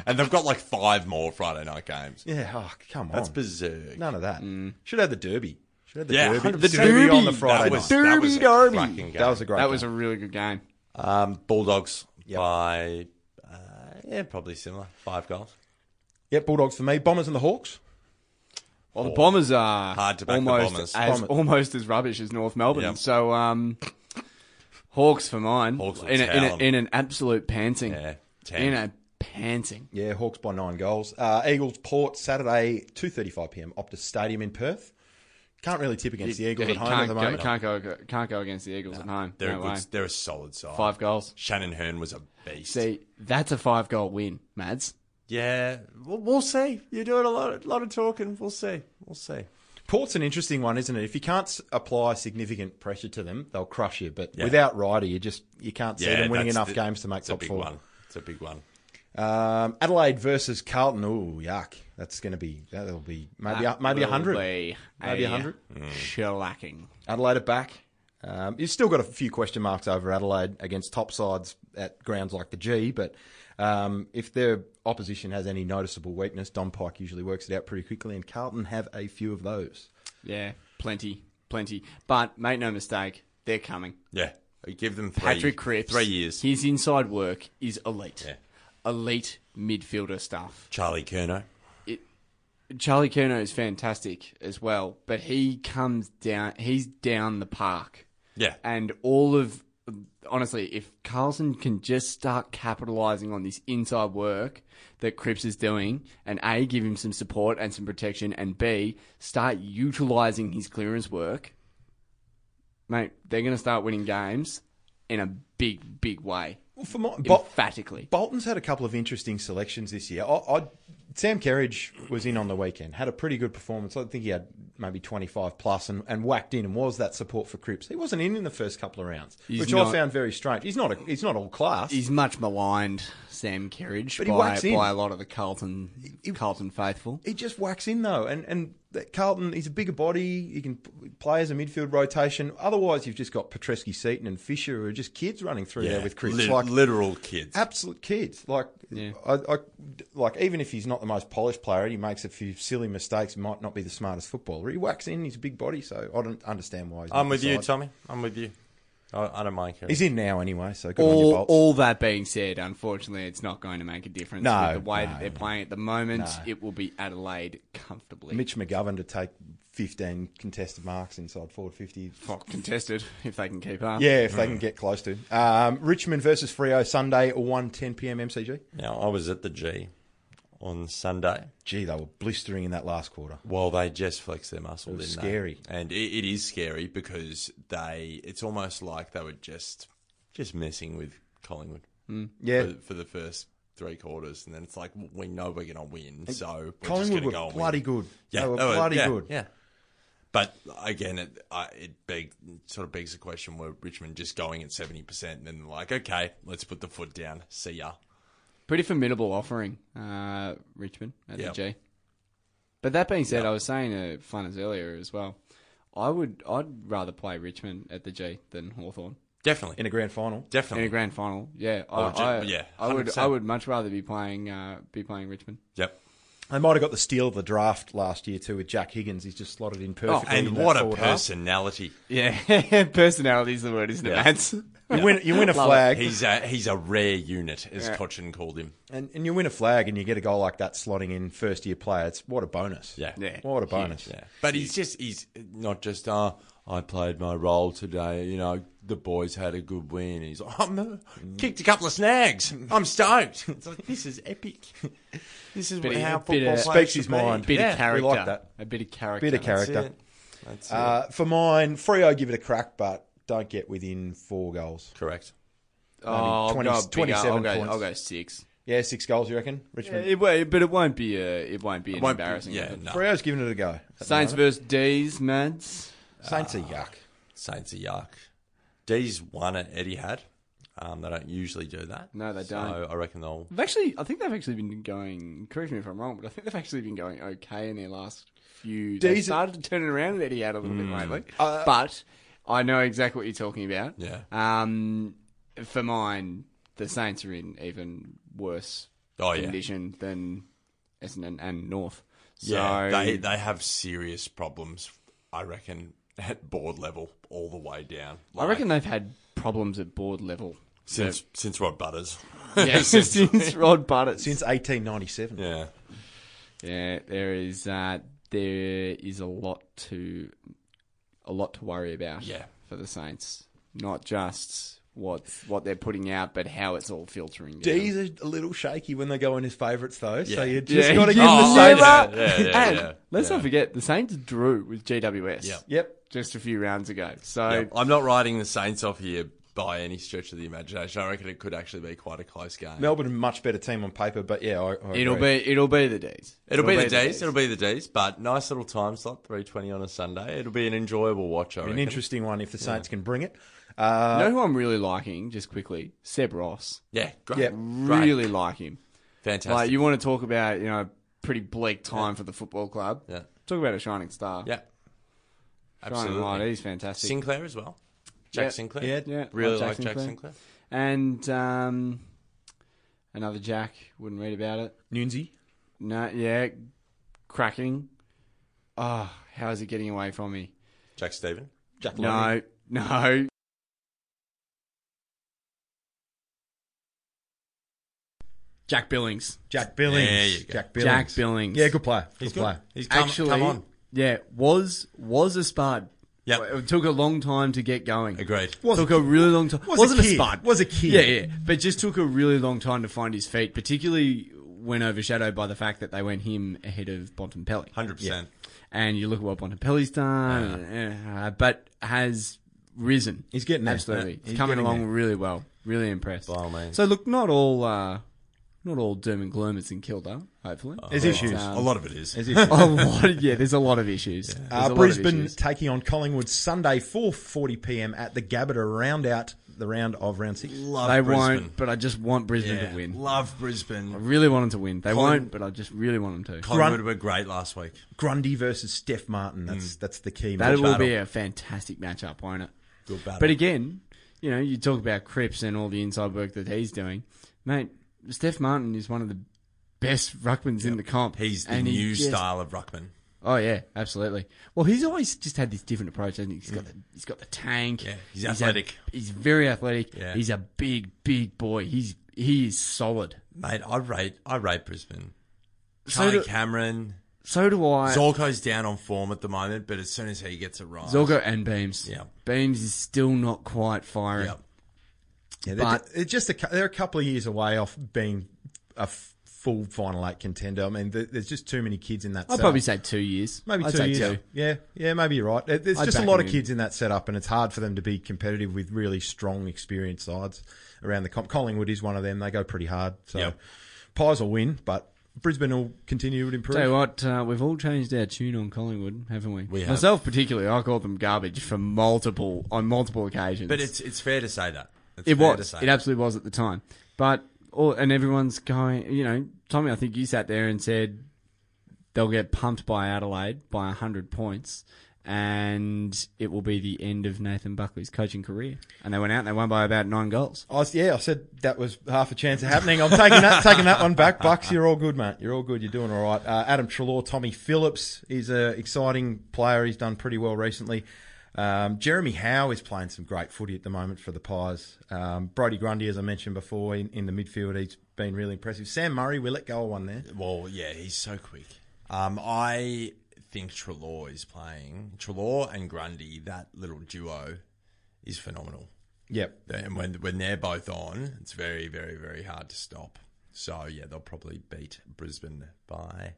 and they've got like five more Friday night games.
Yeah, oh, come on.
That's berserk.
None of that. Should have had the Derby. Should have
Yeah,
had the Derby.
100%.
The Derby on the
That
Friday
was-
night.
night.
that was a
Derby, derby.
cracking game.
That was a great.
that was
game.
a really good game.
um, Bulldogs by uh, yeah, probably similar five goals.
Yep, Bulldogs for me. Bombers and the Hawks.
Well, the Bombers are
Hard to back the
almost
Bombers.
as
Bombers.
almost as rubbish as North Melbourne.
Yep.
So um, Hawks for mine.
Hawks will
in, a, in, a,
towel 'em.
in an absolute pantsing. Yeah, in a
towns.
pantsing.
Yeah, Hawks by nine goals. Uh, Eagles Port Saturday, two thirty-five p.m. Optus Stadium in Perth. Can't really tip against the Eagles
You
at home
can't
at the moment.
Go, can't go. Can't go against the Eagles at home.
They're
no
a good.
way.
They're a solid side.
Five goals.
Shannon Hearn was a beast.
See, that's a five goal win, Mads.
Yeah, we'll, we'll see. You're doing a lot, lot of talking. We'll see. We'll see.
Port's an interesting one, isn't it? If you can't s- apply significant pressure to them, they'll crush you. But
Yeah.
without Ryder, you just you can't see them winning
that's
enough
the-
games to make
it's
top
a big
four.
One. It's a big one.
Um, Adelaide versus Carlton. Ooh, yuck! That's going to be that'll be maybe
That
maybe
will
hundred,
be
maybe
a
hundred. Hmm.
Shellacking.
Adelaide are back. Um, you've still got a few question marks over Adelaide against top sides at grounds like the G, but um, if their opposition has any noticeable weakness, Don Pike usually works it out pretty quickly, and Carlton have a few of those.
Yeah, plenty, plenty. But make no mistake, they're coming.
Yeah, give them three,
Patrick Cripps.
three years.
His inside work is elite.
Yeah.
Elite midfielder stuff.
Charlie Kerno.
Charlie Kerno is fantastic as well, but he comes down. He's down the park.
Yeah,
And all of honestly, if Carlson can just start capitalizing on this inside work that Cripps is doing, and A, give him some support and some protection, and B, start utilizing his clearance work, mate, they're going to start winning games in a big, big way.
Well, for my,
emphatically.
Bolton's had a couple of interesting selections this year. I, I, Sam Kerridge was in on the weekend, had a pretty good performance. I think he had maybe 25 plus and, and whacked in and was that support for Cripps. He wasn't in in the first couple of rounds,
He's
which I
not-
found very strange. He's not a, he's not all class.
He's much maligned, Sam Kerridge,
But he
by,
whacks in.
by a lot of the Carlton, Carlton faithful.
he just whacks in though, and and that Carlton he's a bigger body. He can p- play as a midfield rotation. Otherwise, you've just got Petreski, Seaton, and Fisher, who are just kids running through
yeah,
there with Cripps,
Lit-
like
literal kids.
absolute kids. Like, I, I, like even if he's not the most polished player, he makes a few silly mistakes. Might not be the smartest footballer. He whacks in. He's a big body, so I don't understand why. He's not
I'm with
the
you,
side.
Tommy. I'm with you. I, I don't mind Kerridge.
He's in now anyway, so good on your
all,
bolts.
all that being said, unfortunately, it's not going to make a difference
No,
with the way
no.
that they're playing at the moment.
No.
It will be Adelaide comfortably.
Mitch McGovern to take 15 contested marks inside forward 50.
Well, contested if they can keep up.
Yeah, if
Mm.
they can get close to. Um, Richmond versus Frio Sunday, 1.10 p.m. MCG.
Now I was at the G on Sunday.
Gee, they were blistering in that last quarter.
Well, they just flex their muscle.
was
didn't
scary.
they? and it, it is scary because they. It's almost like they were just just messing with Collingwood.
Yeah.
for, for the first three quarters, and then it's like well, we know we're going to win, so we're
Collingwood
just
were
gonna go and
bloody
win.
good. They were Oh, bloody
yeah,
good.
Yeah. But again, it I, it beg, sort of begs the question: Were Richmond just going at seventy percent, and then like, okay, let's put the foot down. See ya.
Pretty formidable offering, uh, Richmond at
Yeah.
the G. But that being said, I was saying to Flanners earlier as well, I would I'd rather play Richmond at the G than Hawthorn
Definitely,
In a grand final.
in a
definitely.
grand final. Yeah, I,
Oh, ju-
I-
yeah,
I would
100%.
I would much rather be playing uh, be playing Richmond.
Yep.
They might have got the steal of the draft last year too with Jack Higgins. He's just slotted in perfectly. in
Oh, And
that
what a
forward half.
personality!
Yeah, personality's the word, isn't it,
Yeah.
Mads?
You win, you win a
Love it.
flag,
He's a he's a rare unit, as Cochin called him.
and, and you win a flag, and you get a goal like that slotting in first year player. It's what a bonus.
Yeah.
Yeah.
what a bonus.
Yeah. But he's just, he's not just, uh, I played my role today. You know, the boys had a good win. He's like, I'm uh, kicked a couple of snags. I'm stoked. It's like, this is epic. This is what,
of-
how
bit of-
football players
Speaks his
should be.
mind.
bit
Yeah,
of character.
we like that.
A bit of character.
Bit of
That's
character.
it. That's it.
Uh, for mine, Frio give it a crack, but don't get within four goals.
Correct.
Oh,
20
I'll go bigger.
27
I'll go,
points.
I'll go six.
Yeah, six goals. You reckon? Richmond.
It, won't- but it won't be a, it won't be an
Won't be-
embarrassing.
Yeah,
effort.
no.
Frio's giving it a go. at the
Saints
moment.
versus D's, Mads.
Saints are yuck.
Saints are yuck. D's won at Etihad. Um, they don't usually do that.
No, they
So
don't.
I reckon they'll.
They've actually, I think they've actually been going. Correct me if I'm wrong, but I think they've actually been going okay in their last few. They
D's- Uh,
started to turn it around Eddie out a little bit lately, but I know exactly what you're talking about.
Yeah.
Um, for mine, the Saints are in even worse
Oh, yeah.
condition than Essendon and North. So
Yeah, they they have serious problems. I reckon at board level, all the way down.
I
Like,
reckon they've had problems at board level.
since since Rod Butters.
Yeah, since Rod Butters.
Since 1897.
Yeah.
Yeah, there is uh, there is a lot to a lot to worry about.
Yeah.
for the Saints, not just what's what they're putting out, but how it's all filtering. down.
D's are a little shaky when they go in his favourites though, so
Yeah.
you just
Yeah.
got to give
Oh,
him the Saints.
yeah,
yeah, yeah,
and
yeah.
let's not forget the Saints drew with GWS.
Yep.
Yep. Just a few rounds ago. So
Yeah, I'm not writing the Saints off here by any stretch of the imagination. I reckon it could actually be quite a close game.
Melbourne, a much better team on paper, but yeah, I, I
it'll
agree.
be it'll be the D's.
It'll, be, the D's. It'll be the D's. But nice little time slot, three twenty on a Sunday. It'll be an enjoyable watch. I
an
reckon.
interesting one if the Saints can bring it.
You
Uh,
know who I'm really liking? Just quickly, Seb Ross.
Yeah, great.
Yeah.
Great.
Really like him.
fantastic.
Like you want to talk about you know a pretty bleak time for the football club.
yeah,
Talk about a shining star.
yeah,
shining light.
absolutely.
He's fantastic.
Sinclair as well. Jack
Yeah.
Sinclair.
Yeah, yeah.
Really
Love Jack
like Jack Sinclair.
Sinclair. and um, another Jack wouldn't read about it.
Nunzi.
No, yeah, cracking. Oh, how is it getting away from me?
Jack Stephen.
Jack Loney.
No, no. Jack Billings.
Jack Billings.
There you go.
Jack Billings.
Jack Billings.
Yeah, good player.
He's
good
good.
player.
He's come,
Actually,
come on.
yeah, was was a spud.
Yep.
it took a long time to get going.
Agreed.
Was a
took a really long time.
Was a
Wasn't a,
kid.
spud.
Was a kid.
Yeah, yeah. But just took a really long time to find his feet, particularly when overshadowed by the fact that they went him ahead of Bontempelli.
Hundred percent.
And you look at what Bontempelli's done, uh, uh, but has risen.
He's getting there.
Absolutely,
Yeah,
He's
he's
coming
getting
along
there.
really well. Really impressed.
Blimey.
So look, not all, uh, not all doom and gloom is in Kilda. Hopefully,
There's issues.
um, A lot of it is.
There's issues.
a lot. Yeah, there's a lot of issues. There's a lot
Uh,
of
Brisbane
issues.
taking on Collingwood Sunday, 4.40 p.m. at the Gabba to round out the round of round six.
Love
They
Brisbane.
won't, but I just want Brisbane
Yeah,
to win.
Love
I
Brisbane.
really want them to win. They
Colin-
won't, but I just really want them to.
Collingwood were great last week.
Grundy versus Steph Martin. That's that's the key.
Mm. That
match.
will be a fantastic matchup, won't it?
Good battle.
But again, you know, you talk about Cripps and all the inside work that he's doing. Mate, Steph Martin is one of the best ruckmans in the comp.
he's the
And he
new
just-
style of ruckman.
Oh yeah, absolutely. Well, he's always just had this different approach. Hasn't he? He's got the he's got the tank.
Mm. Yeah, he's
a-
athletic.
he's very athletic.
Yeah.
He's a big, big boy. He's he is solid.
Mate, I rate I rate Brisbane.
So
Charlie
do-
Cameron.
So do I.
Zorko's down on form at the moment, but as soon as he gets it right,
Zorgo and Beams.
Yeah.
Beams is still not quite firing.
Yep.
Yeah, they're,
But-
ju- they're just a, cou- they're a couple of years away off being a f- full final eight contender. I mean, there, there's just too many kids in that.
I'd
setup.
probably say two years.
maybe
I'd
two
say
years. Yeah, yeah, maybe you're right. There- There's
I'd
just a
back
lot
him
of
in.
kids in that setup, and it's hard for them to be competitive with really strong, experienced sides around the comp. Collingwood is one of them. They go pretty hard. So
Yep.
Pies will win, but Brisbane will continue to improve.
Tell you what, uh, we've all changed our tune on Collingwood, haven't we?
We have.
Myself particularly, I called them garbage for multiple on multiple occasions.
But it's it's fair to say that. It's
it
fair to
was
say
it absolutely was at the time. But all and everyone's going, you know, Tommy. I think you sat there and said they'll get pumped by Adelaide by hundred points, and it will be the end of Nathan Buckley's coaching career. And they went out and they won by about nine goals.
I was, yeah, I said that was half a chance of happening. I'm taking that, taking that one back. Bucks, you're all good, mate. You're all good. You're doing all right. Uh, Adam Trelaw, Tommy Phillips is an exciting player. He's done pretty well recently. Um, Jeremy Howe is playing some great footy at the moment for the Pies. Um, Brody Grundy, as I mentioned before, in, in the midfield, he's been really impressive. Sam Murray, we let go of one there.
Well, yeah, he's so quick. Um, I think Trelaw is playing Trelaw and Grundy. That little duo is phenomenal.
Yep.
And when when they're both on, it's very very very hard to stop. So yeah, they'll probably beat Brisbane by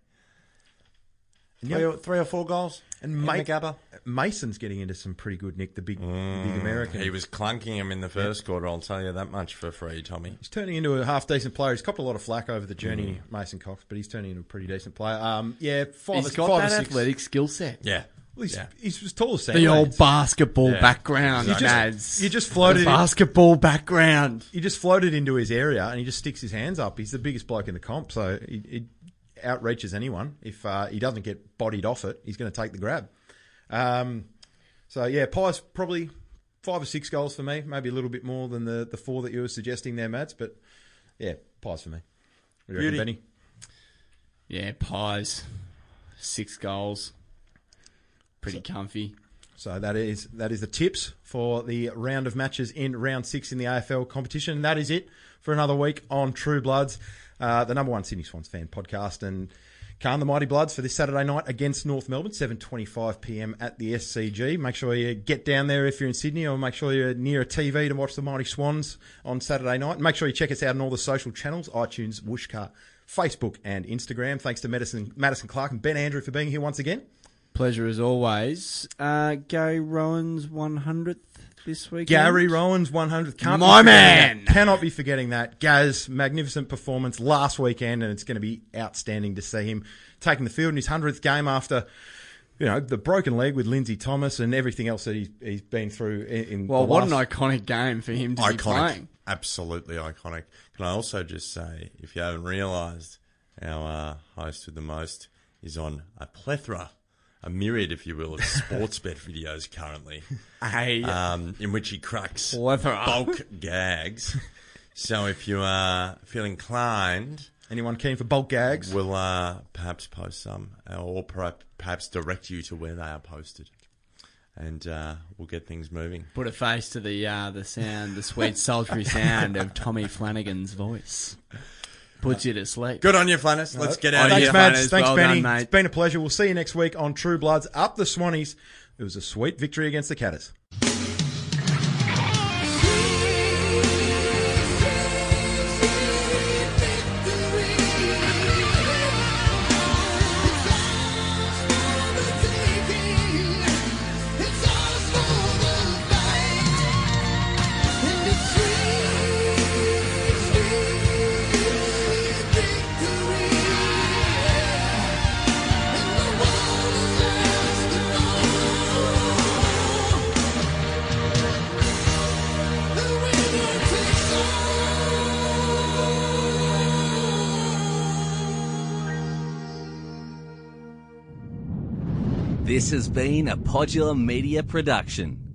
three, or, three or four goals.
And
in
Mike-
the Gabba. Mm,
Mason's getting into some pretty good nick, the big, big American.
He was clunking him in the first quarter. I'll tell you that much for free, Tommy.
He's turning into a half decent player. He's copped a lot of flack over the journey,
Mm.
Mason Cox, but he's turning into a pretty decent player. Um, yeah, five,
He's
or-
got
five or
that
six.
athletic skill set.
Yeah,
Well, he's,
yeah.
he's as tall as Sam.
The
Lane.
old basketball
Yeah.
background,
You just-
Nads.
you just floated
The
it-
basketball background.
he just floated into his area and he just sticks his hands up. He's the biggest bloke in the comp, so he, he outreaches anyone. If uh, he doesn't get bodied off it, he's going to take the grab. Um, so yeah, Pies probably five or six goals for me, maybe a little bit more than the the four that you were suggesting there, Mads. But yeah, Pies for me. What do you reckon,
Beauty.
Benny?
Yeah, pies, six goals, pretty comfy.
So that is that is the tips for the round of matches in round six in the AFL competition. That is it for another week on True Bloods, uh, the number one Sydney Swans fan podcast, and Khan, the Mighty Bloods for this Saturday night against North Melbourne, 7.25 p.m. at the SCG. Make sure you get down there if you're in Sydney or make sure you're near a TV to watch the Mighty Swans on Saturday night. And make sure you check us out on all the social channels, iTunes, Wooshcar, Facebook and Instagram. Thanks to Madison, Madison Clark and Ben Andrew for being here once again.
Pleasure as always. Uh, Gary Rowan's 100th this week.
Gary Rowan's 100th. Can't be
My
forgetting
man!
that. Cannot be forgetting that. Gaz, magnificent performance last weekend, and it's going to be outstanding to see him taking the field in his 100th game after. You know the broken leg with Lindsay Thomas and everything else that he's, he's been through. In, in
Well,
the
what an
last-
iconic game for him to be
iconic,
playing.
absolutely iconic. Can I also just say, if you haven't realised, our uh, host with the most is on a plethora, a myriad, if you will, of sports bet videos currently,
Hey.
um, in which he cracks
Uh, Plethora.
bulk gags. So if you are feeling inclined,
Anyone keen for bulk gags?
we'll uh, perhaps post some, uh, or perhaps perhaps direct you to where they are posted, and uh, we'll get things moving.
Put a face to the uh, the sound, the sweet sultry sound of Tommy Flanagan's voice. Puts you to sleep.
Good on you, Flannis. Let's get out of
Thanks,
here.
mate.
Mads.
Flannies.
Thanks,
Well
Benny.
done, mate.
It's been a pleasure. We'll see you next week on True Bloods up the Swannies. It was a sweet victory against the Catters.
This has been a Podular Media production.